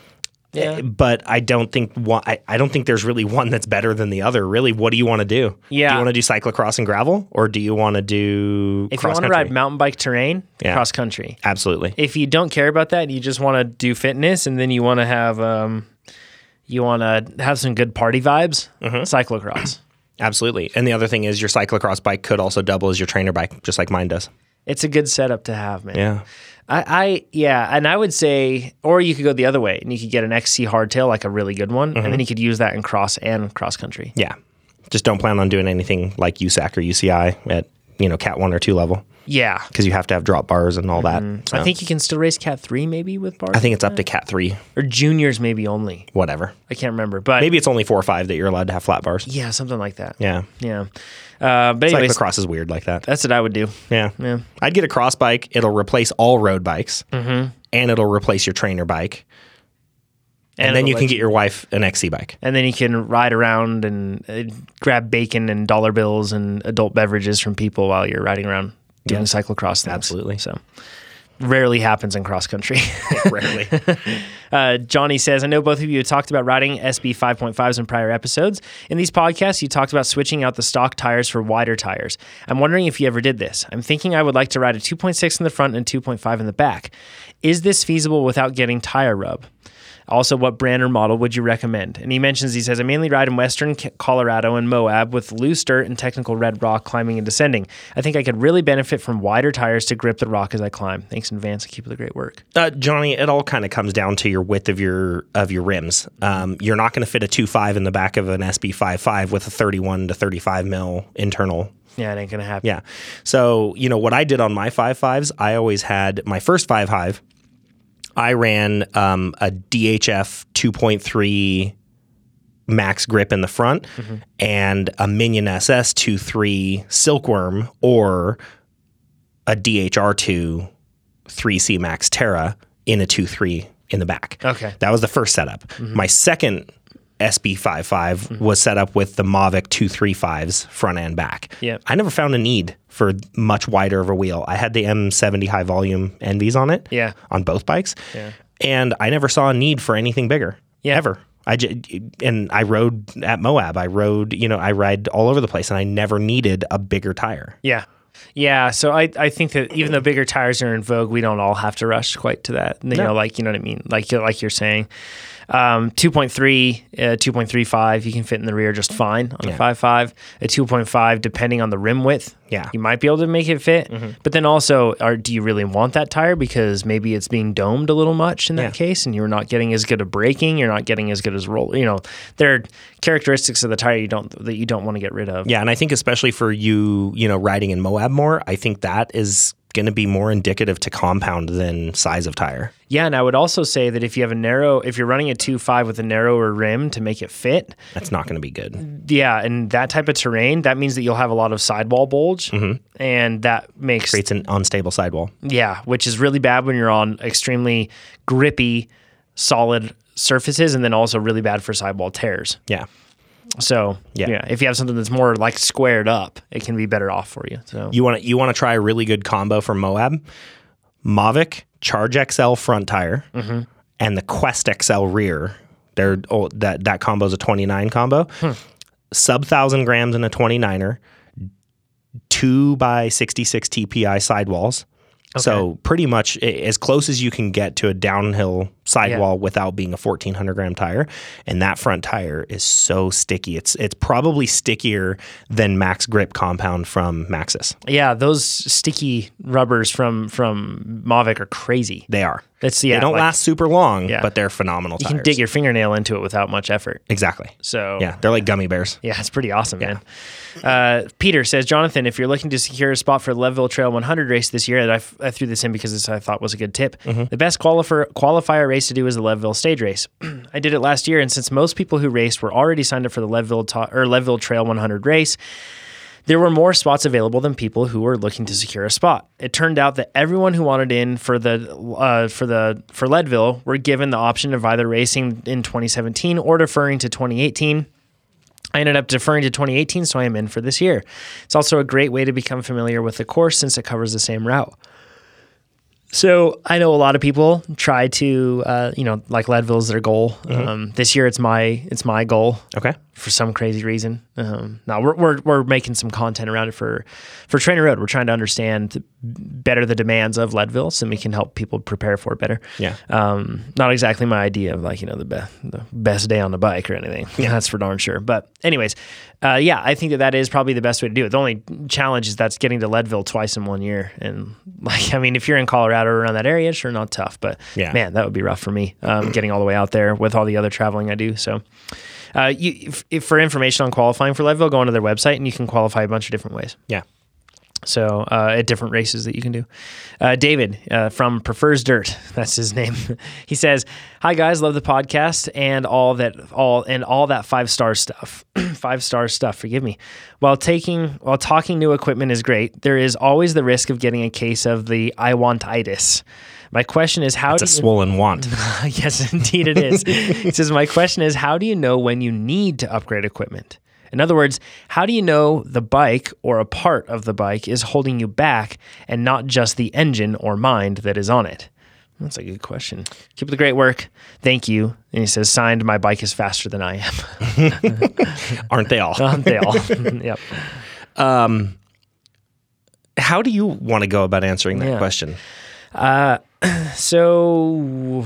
Speaker 1: Yeah.
Speaker 2: But I don't think one, I, I don't think there's really one that's better than the other. Really, what do you want to do?
Speaker 1: Yeah.
Speaker 2: do you want to do cyclocross and gravel, or do you want to do
Speaker 1: If you
Speaker 2: cross
Speaker 1: want to
Speaker 2: country?
Speaker 1: ride mountain bike terrain,
Speaker 2: Yeah.
Speaker 1: cross country.
Speaker 2: Absolutely,
Speaker 1: If you don't care about that, and you just want to do fitness and then you want to have um, you want to have some good party vibes,
Speaker 2: Mm-hmm.
Speaker 1: cyclocross.
Speaker 2: absolutely. And the other thing is, your cyclocross bike could also double as your trainer bike, just like mine does.
Speaker 1: It's a good setup to have, man.
Speaker 2: Yeah,
Speaker 1: I, I yeah, and I would say, or you could go the other way, and you could get an XC hardtail, like a really good one,
Speaker 2: Mm-hmm.
Speaker 1: and then you could use that in cross and cross country.
Speaker 2: yeah. Just don't plan on doing anything like USAC or UCI at you know Cat one or two level
Speaker 1: Yeah,
Speaker 2: because you have to have drop bars and all that. So
Speaker 1: I think you can still race Cat three maybe with bars,
Speaker 2: I think it's up to Cat three,
Speaker 1: or juniors maybe only.
Speaker 2: whatever.
Speaker 1: I can't remember, but
Speaker 2: Maybe it's only four or five that you're allowed to have flat bars.
Speaker 1: yeah, something like that.
Speaker 2: Yeah.
Speaker 1: yeah. Uh, but anyways,
Speaker 2: Cyclocross is weird like that.
Speaker 1: that's what I would do.
Speaker 2: Yeah.
Speaker 1: Yeah.
Speaker 2: I'd get a cross bike. It'll replace all road bikes and it'll replace your trainer bike. And, then
Speaker 1: it'll
Speaker 2: you
Speaker 1: let
Speaker 2: can get your wife an XC bike.
Speaker 1: and then you can ride around and uh, grab bacon and dollar bills and adult beverages from people while you're riding around doing cyclocross things.
Speaker 2: Absolutely.
Speaker 1: So rarely happens in cross country.
Speaker 2: Rarely.
Speaker 1: Uh, Johnny says, I know both of you have talked about riding SB 5.5s in prior episodes. In these podcasts, you talked about switching out the stock tires for wider tires. I'm wondering if you ever did this. I'm thinking I would like to ride a 2.6 in the front and 2.5 in the back. Is this feasible without getting tire rub? Also, what brand or model would you recommend? And he mentions, he says, I mainly ride in Western Ca- Colorado and Moab with loose dirt and technical red rock climbing and descending. I think I could really benefit from wider tires to grip the rock as I climb. Thanks in advance. Keep up the great work.
Speaker 2: uh, Johnny, it all kind of comes down to your width of your of your rims. Um, you're not going to fit a 2.5 in the back of an SB55 with a 31 to 35 mil internal
Speaker 1: Yeah, it ain't going to happen.
Speaker 2: Yeah. So, you know, what I did on my five fives, I always had my first five hive. I ran um, a DHF 2.3 max grip in the front and a Minion SS 2.3 Silkworm or a DHR2 3C Max Terra in a 2.3 in the back.
Speaker 1: Okay.
Speaker 2: That was the first setup.
Speaker 1: Mm-hmm.
Speaker 2: My second SB55 was set up with the Mavic 235s front and back.
Speaker 1: Yep.
Speaker 2: I never found a need for much wider of a wheel. I had the M70 high volume Envies on it.
Speaker 1: Yeah.
Speaker 2: On both bikes. Yeah. And I never saw a need for anything bigger.
Speaker 1: Yeah.
Speaker 2: Ever. I j- and I rode at Moab. I rode, you know, I ride all over the place and I never needed a bigger tire.
Speaker 1: Yeah. Yeah. So I, I think that even though bigger tires are in vogue, we don't all have to rush quite to that. You know, like, you know what I mean? Like, you're- like you're saying, um, 2.3, uh, 2.35, you can fit in the rear just fine on a 5.5. A 2.5, depending on the rim width,
Speaker 2: Yeah. Mm-hmm.
Speaker 1: you might be able to make it fit. But then also, are, do you really want that tire? Because maybe it's being domed a little much in that
Speaker 2: Yeah.
Speaker 1: case, and you're not getting as good a braking, you're not getting as good as roll. You know, there are characteristics of the tire you don't that you don't want to get rid of.
Speaker 2: Yeah, and I think especially for you, you know, riding in Moab more, I think that is going to be more indicative to compound than size of tire.
Speaker 1: Yeah, and I would also say that if you have a narrow, if you're running a two five with a narrower rim to make it fit,
Speaker 2: That's not going to be good.
Speaker 1: yeah, and that type of terrain, that means that you'll have a lot of sidewall bulge,
Speaker 2: Mm-hmm.
Speaker 1: and that makes
Speaker 2: Creates an unstable sidewall.
Speaker 1: yeah, which is really bad when you're on extremely grippy, solid surfaces, and then also really bad for sidewall tears.
Speaker 2: Yeah.
Speaker 1: So yeah,
Speaker 2: Yeah.
Speaker 1: if you have something that's more like squared up, it can be better off for you. So
Speaker 2: You want to you want to try a really good combo from Moab, Mavic Charge XL front tire, and the Quest XL rear They're oh, that that combo is a 29 combo. Sub 1000 grams in a 29er, 2 by 66 TPI sidewalls. So pretty much a- as close as you can get to a downhill sidewall without being a 1400 gram tire, and that front tire is so sticky. It's it's probably stickier than Max Grip compound from Maxxis.
Speaker 1: Yeah, those sticky rubbers from from Mavic are crazy.
Speaker 2: They are.
Speaker 1: That's yeah.
Speaker 2: they don't
Speaker 1: like,
Speaker 2: last super long,
Speaker 1: Yeah.
Speaker 2: but they're phenomenal.
Speaker 1: You can dig your fingernail into it without much effort.
Speaker 2: exactly.
Speaker 1: So
Speaker 2: Yeah, they're like gummy bears.
Speaker 1: Yeah, it's pretty awesome, man. Uh, Peter says, Jonathan, if you're looking to secure a spot for the Leadville Trail 100 race this year, and I, I threw this in because this I thought was a good tip. The best qualifier qualifier race to do is the Leadville Stage Race. I did it last year, and since most people who raced were already signed up for the Leadville ta- or Leadville Trail 100 race, there were more spots available than people who were looking to secure a spot. It turned out that everyone who wanted in for the uh, for the for Leadville were given the option of either racing in 2017 or deferring to 2018. I ended up deferring to 2018, so I am in for this year. It's also a great way to become familiar with the course since it covers the same route. So I know a lot of people try to, uh, you know, like Leadville's their goal. Um, this year, it's my it's my goal
Speaker 2: Okay.
Speaker 1: for some crazy reason. Um, now we're, we're we're making some content around it for for Trainer Road. We're trying to understand better the demands of Leadville, so we can help people prepare for it better.
Speaker 2: Yeah.
Speaker 1: Um, not exactly my idea of like you know the best the best day on the bike or anything. that's for darn sure. But anyways, uh, yeah, I think that that is probably the best way to do it. The only challenge is that's getting to Leadville twice in one year, and like I mean, if you're in Colorado or around that area, sure, not tough. But
Speaker 2: Yeah.
Speaker 1: man, that would be rough for me um, getting all the way out there with all the other traveling I do. So. Uh, you, if, if for information on qualifying for Leadville, go onto their website and you can qualify a bunch of different ways.
Speaker 2: Yeah.
Speaker 1: So uh, at different races that you can do. Uh, David uh, from Prefers Dirt, that's his name. he says, "Hi guys, love the podcast and all that all and all that five star stuff. five star stuff. Forgive me. While taking while talking new equipment is great, there is always the risk of getting a case of the I wantitis. My question is, how
Speaker 2: It's a
Speaker 1: do you,
Speaker 2: swollen want.
Speaker 1: yes, indeed it is. it says, My question is, how do you know when you need to upgrade equipment? In other words, how do you know the bike or a part of the bike is holding you back and not just the engine or mind that is on it? That's a good question. Keep up the great work. Thank you. And he says, signed, my bike is faster than I am.
Speaker 2: Aren't they all?
Speaker 1: Aren't they all? yep.
Speaker 2: How do you want to go about answering that
Speaker 1: Yeah.
Speaker 2: question?
Speaker 1: So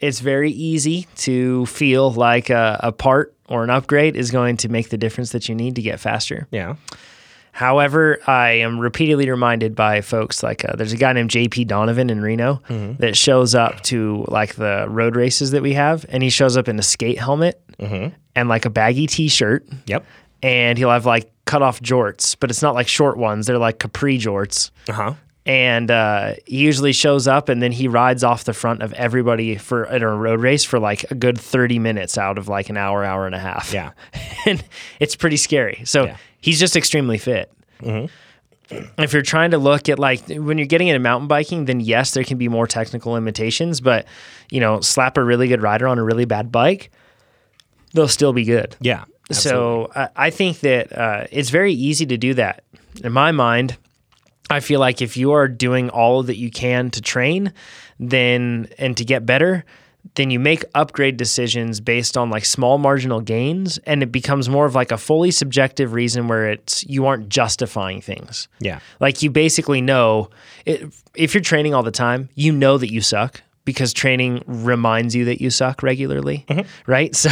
Speaker 1: it's very easy to feel like a, a part or an upgrade is going to make the difference that you need to get faster.
Speaker 2: Yeah.
Speaker 1: However, I am repeatedly reminded by folks like uh, there's a guy named JP Donovan in Reno that shows up to like the road races that we have, and he shows up in a skate helmet and like a baggy t-shirt,
Speaker 2: Yep.
Speaker 1: and he'll have like cut off jorts, but it's not like short ones; they're like capri jorts.
Speaker 2: Uh huh.
Speaker 1: And uh, he usually shows up, and then he rides off the front of everybody for at a road race for like a good thirty minutes out of like an hour, hour and a half
Speaker 2: Yeah.
Speaker 1: and it's pretty scary. So he's just extremely fit. If you're trying to look at like when you're getting into mountain biking, then yes, there can be more technical limitations, but you know, slap a really good rider on a really bad bike, they'll still be good.
Speaker 2: Yeah.
Speaker 1: So I, I think that uh, it's very easy to do that. In my mind, I feel like if you are doing all that you can to train, then and to get better, then you make upgrade decisions based on like small marginal gains, and it becomes more of like a fully subjective reason where it's you aren't justifying things.
Speaker 2: Yeah.
Speaker 1: Like you basically know it, if you're training all the time, you know that you suck because training reminds you that you suck regularly, right? So,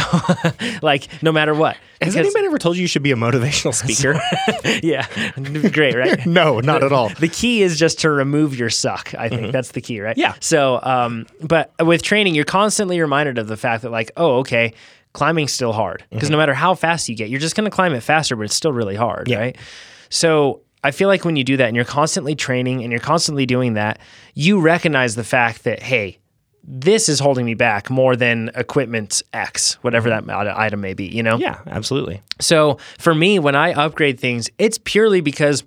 Speaker 1: like no matter what,
Speaker 2: Mm-hmm. Has
Speaker 1: Because-
Speaker 2: anybody ever told you you should be a motivational speaker?
Speaker 1: yeah, great, right?
Speaker 2: no, not at all.
Speaker 1: The key is just to remove your suck. I think that's the key, right?
Speaker 2: Yeah.
Speaker 1: So, um, but with training, you're constantly reminded of the fact that, like, oh, okay, climbing's still hard because no matter how fast you get, you're just going to climb it faster, but it's still really hard, right? So, I feel like when you do that and you're constantly training and you're constantly doing that, you recognize the fact that, hey, this is holding me back more than equipment X, whatever that item may be, you know?
Speaker 2: Yeah, absolutely.
Speaker 1: So for me, when I upgrade things, it's purely because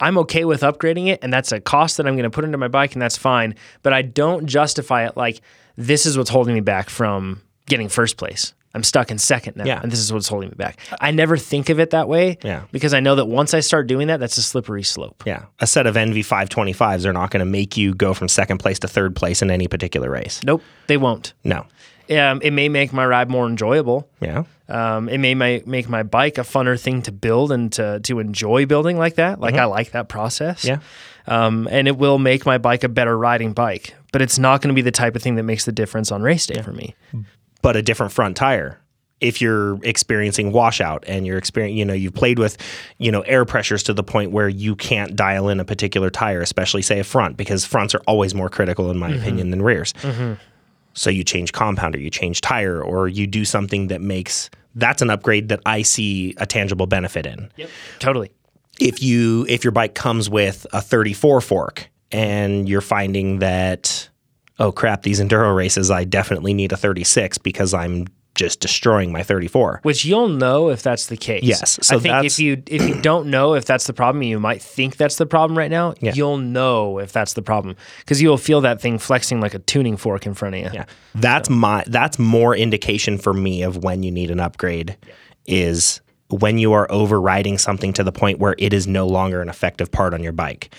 Speaker 1: I'm okay with upgrading it, and that's a cost that I'm going to put into my bike, and that's fine. But I don't justify it like this is what's holding me back from getting first place. I'm stuck in second now,
Speaker 2: Yeah.
Speaker 1: and this is what's holding me back. I never think of it that way
Speaker 2: Yeah.
Speaker 1: because I know that once I start doing that, that's a slippery slope.
Speaker 2: Yeah. A set of NV 525s are not going to make you go from second place to third place in any particular race.
Speaker 1: Nope, they won't.
Speaker 2: No.
Speaker 1: Um, it may make my ride more enjoyable.
Speaker 2: Yeah.
Speaker 1: Um, it may my, make my bike a funner thing to build and to to enjoy building like that. Like I like that process.
Speaker 2: Mm-hmm. Yeah.
Speaker 1: Um, and it will make my bike a better riding bike, but it's not going to be the type of thing that makes the difference on race day for me.
Speaker 2: but a different front tire. If you're experiencing washout and you're experiencing, you know, you've played with, you know, air pressures to the point where you can't dial in a particular tire, especially say a front, because fronts are always more critical, in my opinion, than rears. So you change compound or you change tire or you do something that makes that's an upgrade that I see a tangible benefit in
Speaker 1: Totally.
Speaker 2: if you if your bike comes with a 34 fork and you're finding that oh crap these enduro races I definitely need a 36 because I'm just destroying my 34.
Speaker 1: Which you'll know if that's the case.
Speaker 2: Yes. So
Speaker 1: I think
Speaker 2: that's-
Speaker 1: if you if you don't know if that's the problem, you might think that's the problem right now. You'll know if that's the problem because you'll feel that thing flexing like a tuning fork in front of you.
Speaker 2: Yeah. That's my that's more indication for me of when you need an upgrade is when you are overriding something to the point where it is no longer an effective part on your bike.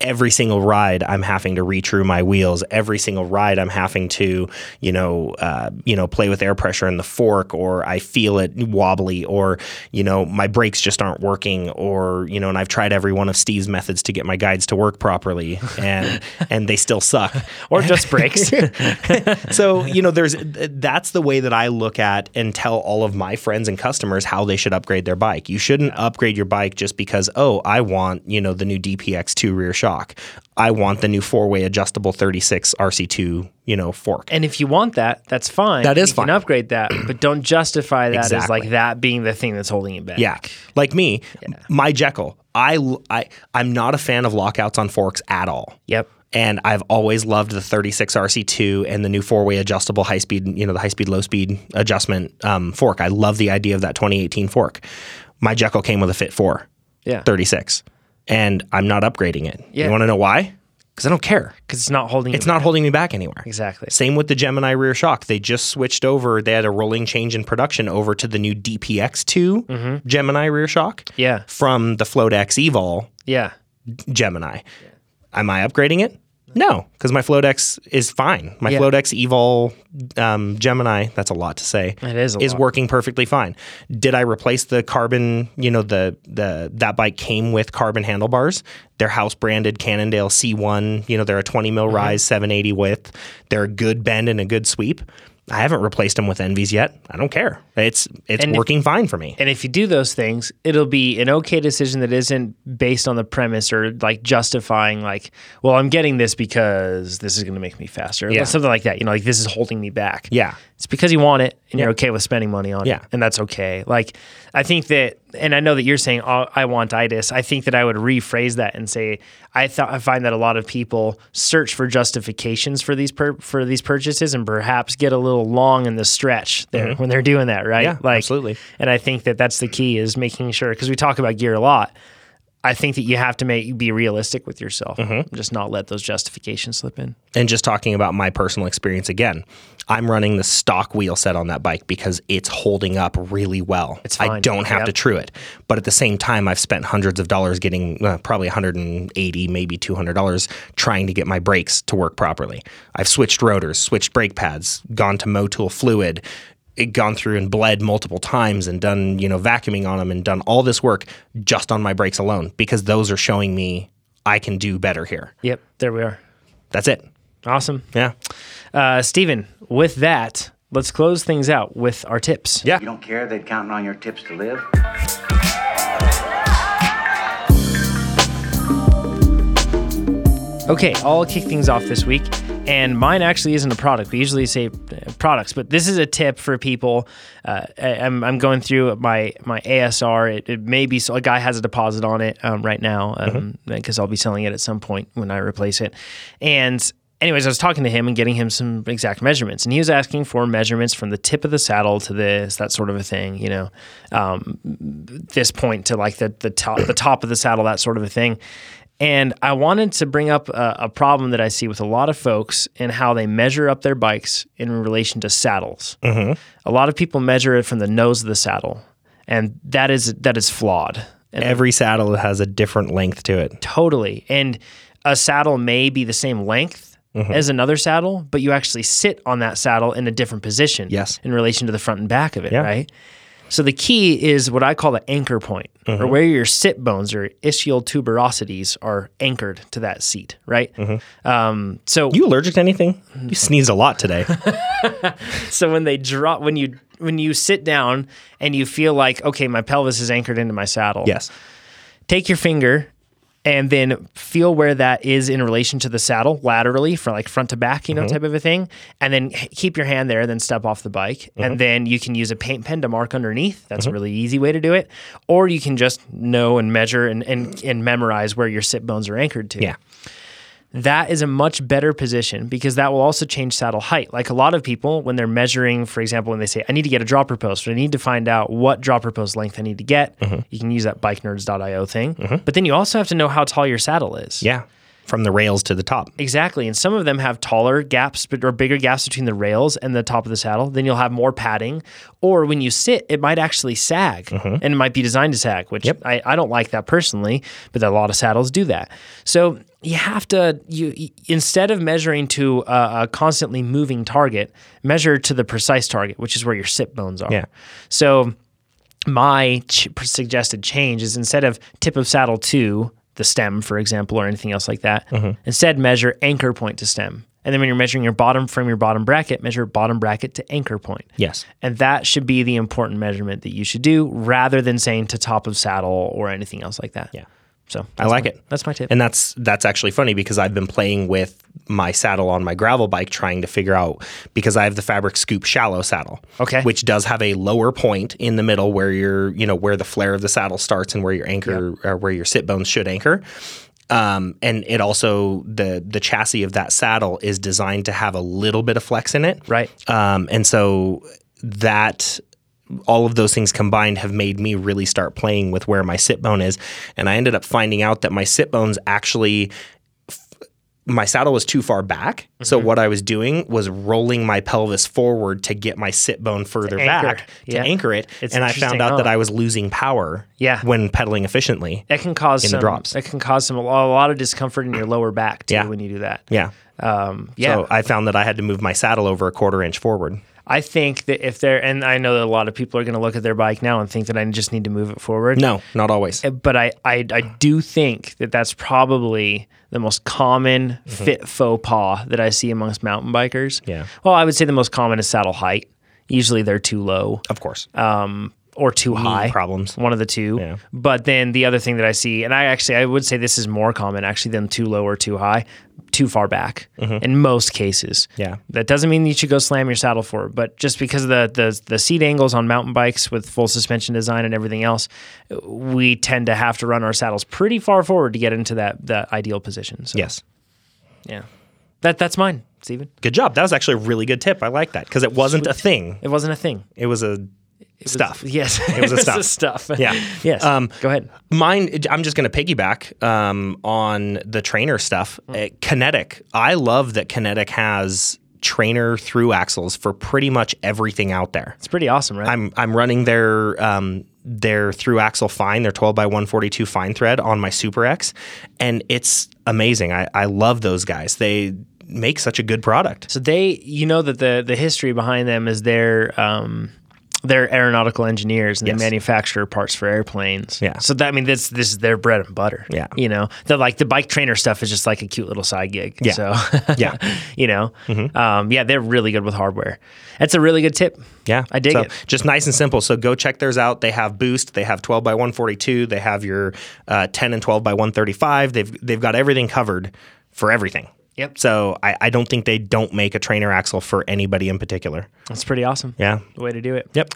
Speaker 2: Every single ride I'm having to retrue my wheels, every single ride I'm having to, you know, uh, you know, play with air pressure in the fork or I feel it wobbly or, you know, my brakes just aren't working or, you know, and I've tried every one of Steve's methods to get my guides to work properly and and they still suck.
Speaker 1: Or just brakes.
Speaker 2: So, you know, there's that's the way that I look at and tell all of my friends and customers how they should upgrade their bike. You shouldn't upgrade your bike just because, oh, I want, you know, the new DPX2 rear shock. I want the new four-way adjustable 36 RC2, you know, fork.
Speaker 1: And if you want that, that's fine.
Speaker 2: That is
Speaker 1: you
Speaker 2: fine.
Speaker 1: Can upgrade that, but don't justify that as
Speaker 2: Exactly.
Speaker 1: like that being the thing that's holding it back.
Speaker 2: Yeah, like me, my Jekyll. I I I'm not a fan of lockouts on forks at all.
Speaker 1: Yep.
Speaker 2: And I've always loved the 36 RC2 and the new four-way adjustable high-speed, you know, the high-speed, low-speed adjustment um, fork. I love the idea of that 2018 fork. My Jekyll came with a Fit 4
Speaker 1: Yeah.
Speaker 2: 36, and I'm not upgrading it.
Speaker 1: Yeah.
Speaker 2: You want to know why? Because I don't care.
Speaker 1: Because it's not holding.
Speaker 2: It's not holding me back anywhere.
Speaker 1: Exactly.
Speaker 2: Same with the Gemini rear shock. They just switched over. They had a rolling change in production over to the new DPX2 Gemini rear shock.
Speaker 1: Yeah.
Speaker 2: From the Flodex Evol
Speaker 1: Yeah.
Speaker 2: Gemini. Am I upgrading it? No, because my Flodex is fine. My
Speaker 1: Yeah.
Speaker 2: Flodex Evol um, Gemini, that's a lot to say.
Speaker 1: It is a
Speaker 2: is
Speaker 1: lot.
Speaker 2: working perfectly fine. Did I replace the carbon, you know, the the that bike came with carbon handlebars. They're house branded Cannondale C1, you know, they're a 20 mil
Speaker 1: Mm-hmm.
Speaker 2: rise, 780 width. They're a good bend and a good sweep. I haven't replaced them with Envies yet. I don't care. It's it's
Speaker 1: And if-
Speaker 2: working fine for me.
Speaker 1: And if you do those things, it'll be an okay decision that isn't based on the premise or like justifying like, well, I'm getting this because this is going to make me faster,
Speaker 2: Yeah.
Speaker 1: or something like that. You know, like this is holding me back.
Speaker 2: Yeah.
Speaker 1: It's because you want it and you're okay with spending money on
Speaker 2: Yeah.
Speaker 1: it. And that's okay. Like, I think that, and I know that you're saying, oh, I want itis. I think that I would rephrase that and say, I thought I find that a lot of people search for justifications for these pur- for these purchases and perhaps get a little long in the stretch there
Speaker 2: Mm-hmm.
Speaker 1: when they're doing that, right?
Speaker 2: Yeah, absolutely.
Speaker 1: And I think that that's the key is making sure, because we talk about gear a lot. I think that you have to make be realistic with yourself,
Speaker 2: Mm-hmm.
Speaker 1: just not let those justifications slip in.
Speaker 2: and just talking about my personal experience again, I'm running the stock wheel set on that bike because it's holding up really well. It's I
Speaker 1: fine.
Speaker 2: don't have to
Speaker 1: Yep.
Speaker 2: true it. But at the same time, I've spent hundreds of dollars getting uh, probably 180, maybe 200 dollars trying to get my brakes to work properly. I've switched rotors, switched brake pads, gone to Motul fluid, it gone through and bled multiple times and done, you know, vacuuming on them and done all this work just on my brakes alone because those are showing me I can do better here.
Speaker 1: Yep, there we are.
Speaker 2: That's it.
Speaker 1: Awesome.
Speaker 2: Yeah.
Speaker 1: Uh, Steven, with that, let's close things out with our tips.
Speaker 2: Yeah.
Speaker 3: You don't care they'd counting on your tips to live?
Speaker 1: Okay, I'll kick things off this week. And mine actually isn't a product. We usually say uh, products, but this is a tip for people. Uh, I- I'm, I'm going through my, my ASR. It, it may be so a guy has a deposit on it um, right now because I'll be selling it at some point when I replace it. And anyways, I was talking to him and getting him some exact measurements, and he was asking for measurements from the tip of the saddle to this, that sort of a thing. You know, um, this point to like the the top the top of the saddle, that sort of a thing. And I wanted to bring up a, a problem that I see with a lot of folks and how they measure up their bikes in relation to saddles. A lot of people measure it from the nose of the saddle, and that is that is flawed. And
Speaker 2: Every saddle has a different length to it.
Speaker 1: totally. And a saddle may be the same length,
Speaker 2: Mm-hmm.
Speaker 1: as another saddle, but you actually sit on that saddle in a different position
Speaker 2: Yes.
Speaker 1: in relation to the front and back of it,
Speaker 2: Yeah.
Speaker 1: right? So the key is what I call the anchor point,
Speaker 2: Mm-hmm.
Speaker 1: or where your sit bones or ischial tuberosities are anchored to that seat, right? Um, so
Speaker 2: Mm-hmm. You allergic to anything? You sneeze a lot today.
Speaker 1: so when they drop when you when you sit down and you feel like okay my pelvis is anchored into my saddle
Speaker 2: yes.
Speaker 1: take your finger and then feel where that is in relation to the saddle laterally for like front to back you know type of a thing and then h- keep your hand there and then step off the bike and then you can use a paint pen to mark underneath that's a really easy way to do it or you can just know and measure and and, and memorize where your sit bones are anchored to
Speaker 2: Yeah.
Speaker 1: that is a much better position because that will also change saddle height. Like a lot of people, when they're measuring, for example, when they say, I need to get a dropper post, or I need to find out what dropper post length I need to get, you can use that bikenerds.io thing. But then you also have to know how tall your saddle is.
Speaker 2: Yeah. From the rails to the top.
Speaker 1: Exactly. And some of them have taller gaps bet- or bigger gaps between the rails and the top of the saddle. Then you'll have more padding. Or when you sit, it might actually sag and it might be designed to sag, which I, I don't like that personally, but a lot of saddles do that. So you have to, you y- instead of measuring to a, a constantly moving target, measure to the precise target, which is where your sit bones are.
Speaker 2: Yeah.
Speaker 1: So my ch- suggested change is instead of tip of saddle to the stem, for example, or anything else like that,
Speaker 2: Mm-hmm.
Speaker 1: instead measure anchor point to stem. And then when you're measuring your bottom from your bottom bracket, measure bottom bracket to anchor point.
Speaker 2: Yes.
Speaker 1: And that should be the important measurement that you should do rather than saying to top of saddle or anything else like that.
Speaker 2: Yeah.
Speaker 1: So
Speaker 2: I like it.
Speaker 1: that's my tip.
Speaker 2: And that's that's actually funny because I've been playing with my saddle on my gravel bike trying to figure out because I have the fabric scoop shallow saddle.
Speaker 1: Okay.
Speaker 2: Which does have a lower point in the middle where your, you know, where the flare of the saddle starts and where your anchor or where your sit bones should anchor. Um, and it also the the chassis of that saddle is designed to have a little bit of flex in it.
Speaker 1: Right.
Speaker 2: Um, and so that all of those things combined have made me really start playing with where my sit bone is. And I ended up finding out that my sit bones actually my saddle was too far back. So
Speaker 1: Mm-hmm.
Speaker 2: what I was doing was rolling my pelvis forward to get my sit bone further
Speaker 1: anchor.
Speaker 2: back to
Speaker 1: Yeah.
Speaker 2: anchor it.
Speaker 1: It's
Speaker 2: and I
Speaker 1: interesting,
Speaker 2: found out
Speaker 1: huh?
Speaker 2: that I was losing power
Speaker 1: Yeah.
Speaker 2: when pedaling efficiently.
Speaker 1: that can cause
Speaker 2: in the
Speaker 1: some
Speaker 2: drops.
Speaker 1: That can cause some a lot, a lot of discomfort in your lower back too
Speaker 2: Yeah.
Speaker 1: when you do that.
Speaker 2: Yeah.
Speaker 1: Um, yeah.
Speaker 2: So I found that I had to move my saddle over a quarter inch forward.
Speaker 1: I think that if they're, and I know that a lot of people are going to look at their bike now and think that I just need to move it forward.
Speaker 2: No, not always.
Speaker 1: But I, I, I do think that that's probably the most common fit faux pas that I see amongst mountain bikers.
Speaker 2: Mm-hmm. Yeah.
Speaker 1: Well, I would say the most common is saddle height. Usually they're too low
Speaker 2: Of course.
Speaker 1: Uh, or too high
Speaker 2: Mm, problems.
Speaker 1: one of the two
Speaker 2: Yeah.
Speaker 1: but then the other thing that i see and i actually i would say this is more common actually than too low or too high too far back in most cases
Speaker 2: Mm-hmm. Yeah.
Speaker 1: that doesn't mean you should go slam your saddle forward but just because of the, the the seat angles on mountain bikes with full suspension design and everything else we tend to have to run our saddles pretty far forward to get into that that ideal position so
Speaker 2: yes.
Speaker 1: yeah that that's mine Steven.
Speaker 2: Good job. That was actually a really good tip. I like that because it wasn't a thing.
Speaker 1: it wasn't a thing
Speaker 2: It was a stuff.
Speaker 1: yes it
Speaker 2: was a
Speaker 1: a stuff
Speaker 2: Yeah.
Speaker 1: yes
Speaker 2: Um,
Speaker 1: go ahead
Speaker 2: Mine, I'm just going to piggyback um, on the trainer stuff. Uh, Kinetic, I love that Kinetic has trainer through axles for pretty much everything out there.
Speaker 1: it's pretty awesome right
Speaker 2: I'm I'm running their um, their through axle fine, their 12 by 142 fine thread on my Super X, and it's amazing. I, I love those guys. They make such a good product.
Speaker 1: So they, you know, that the the history behind them is they're um, they're aeronautical engineers and
Speaker 2: Yes.
Speaker 1: they manufacture parts for airplanes.
Speaker 2: Yeah.
Speaker 1: So that I mean, this this is their bread and butter.
Speaker 2: Yeah.
Speaker 1: You know, the like the bike trainer stuff is just like a cute little side gig. Yeah. So
Speaker 2: Yeah. Mm-hmm.
Speaker 1: you know, um, yeah, they're really good with hardware. That's a really good tip.
Speaker 2: Yeah,
Speaker 1: I dig
Speaker 2: so,
Speaker 1: it.
Speaker 2: Just nice and simple. So go check theirs out. They have Boost. They have 12 by 142. They have your uh, 10 and 12 by 135. They've they've got everything covered for everything.
Speaker 1: Yep.
Speaker 2: So I, I don't think they don't make a trainer axle for anybody in particular.
Speaker 1: That's pretty awesome.
Speaker 2: Yeah.
Speaker 1: The way to do it.
Speaker 2: Yep.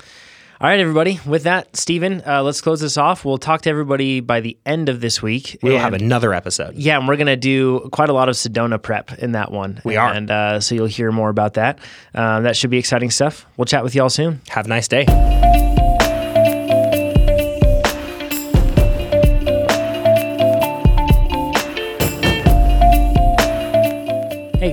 Speaker 1: All right, everybody. With that, Steven, uh, let's close this off. We'll talk to everybody by the end of this week.
Speaker 2: We'll
Speaker 1: and-
Speaker 2: have another episode.
Speaker 1: Yeah, and we're gonna do quite a lot of Sedona prep in that one. We
Speaker 2: are.
Speaker 1: and uh, so you'll hear more about that. Um, that should be exciting stuff. We'll chat with y'all soon.
Speaker 2: Have a nice day.
Speaker 1: Hey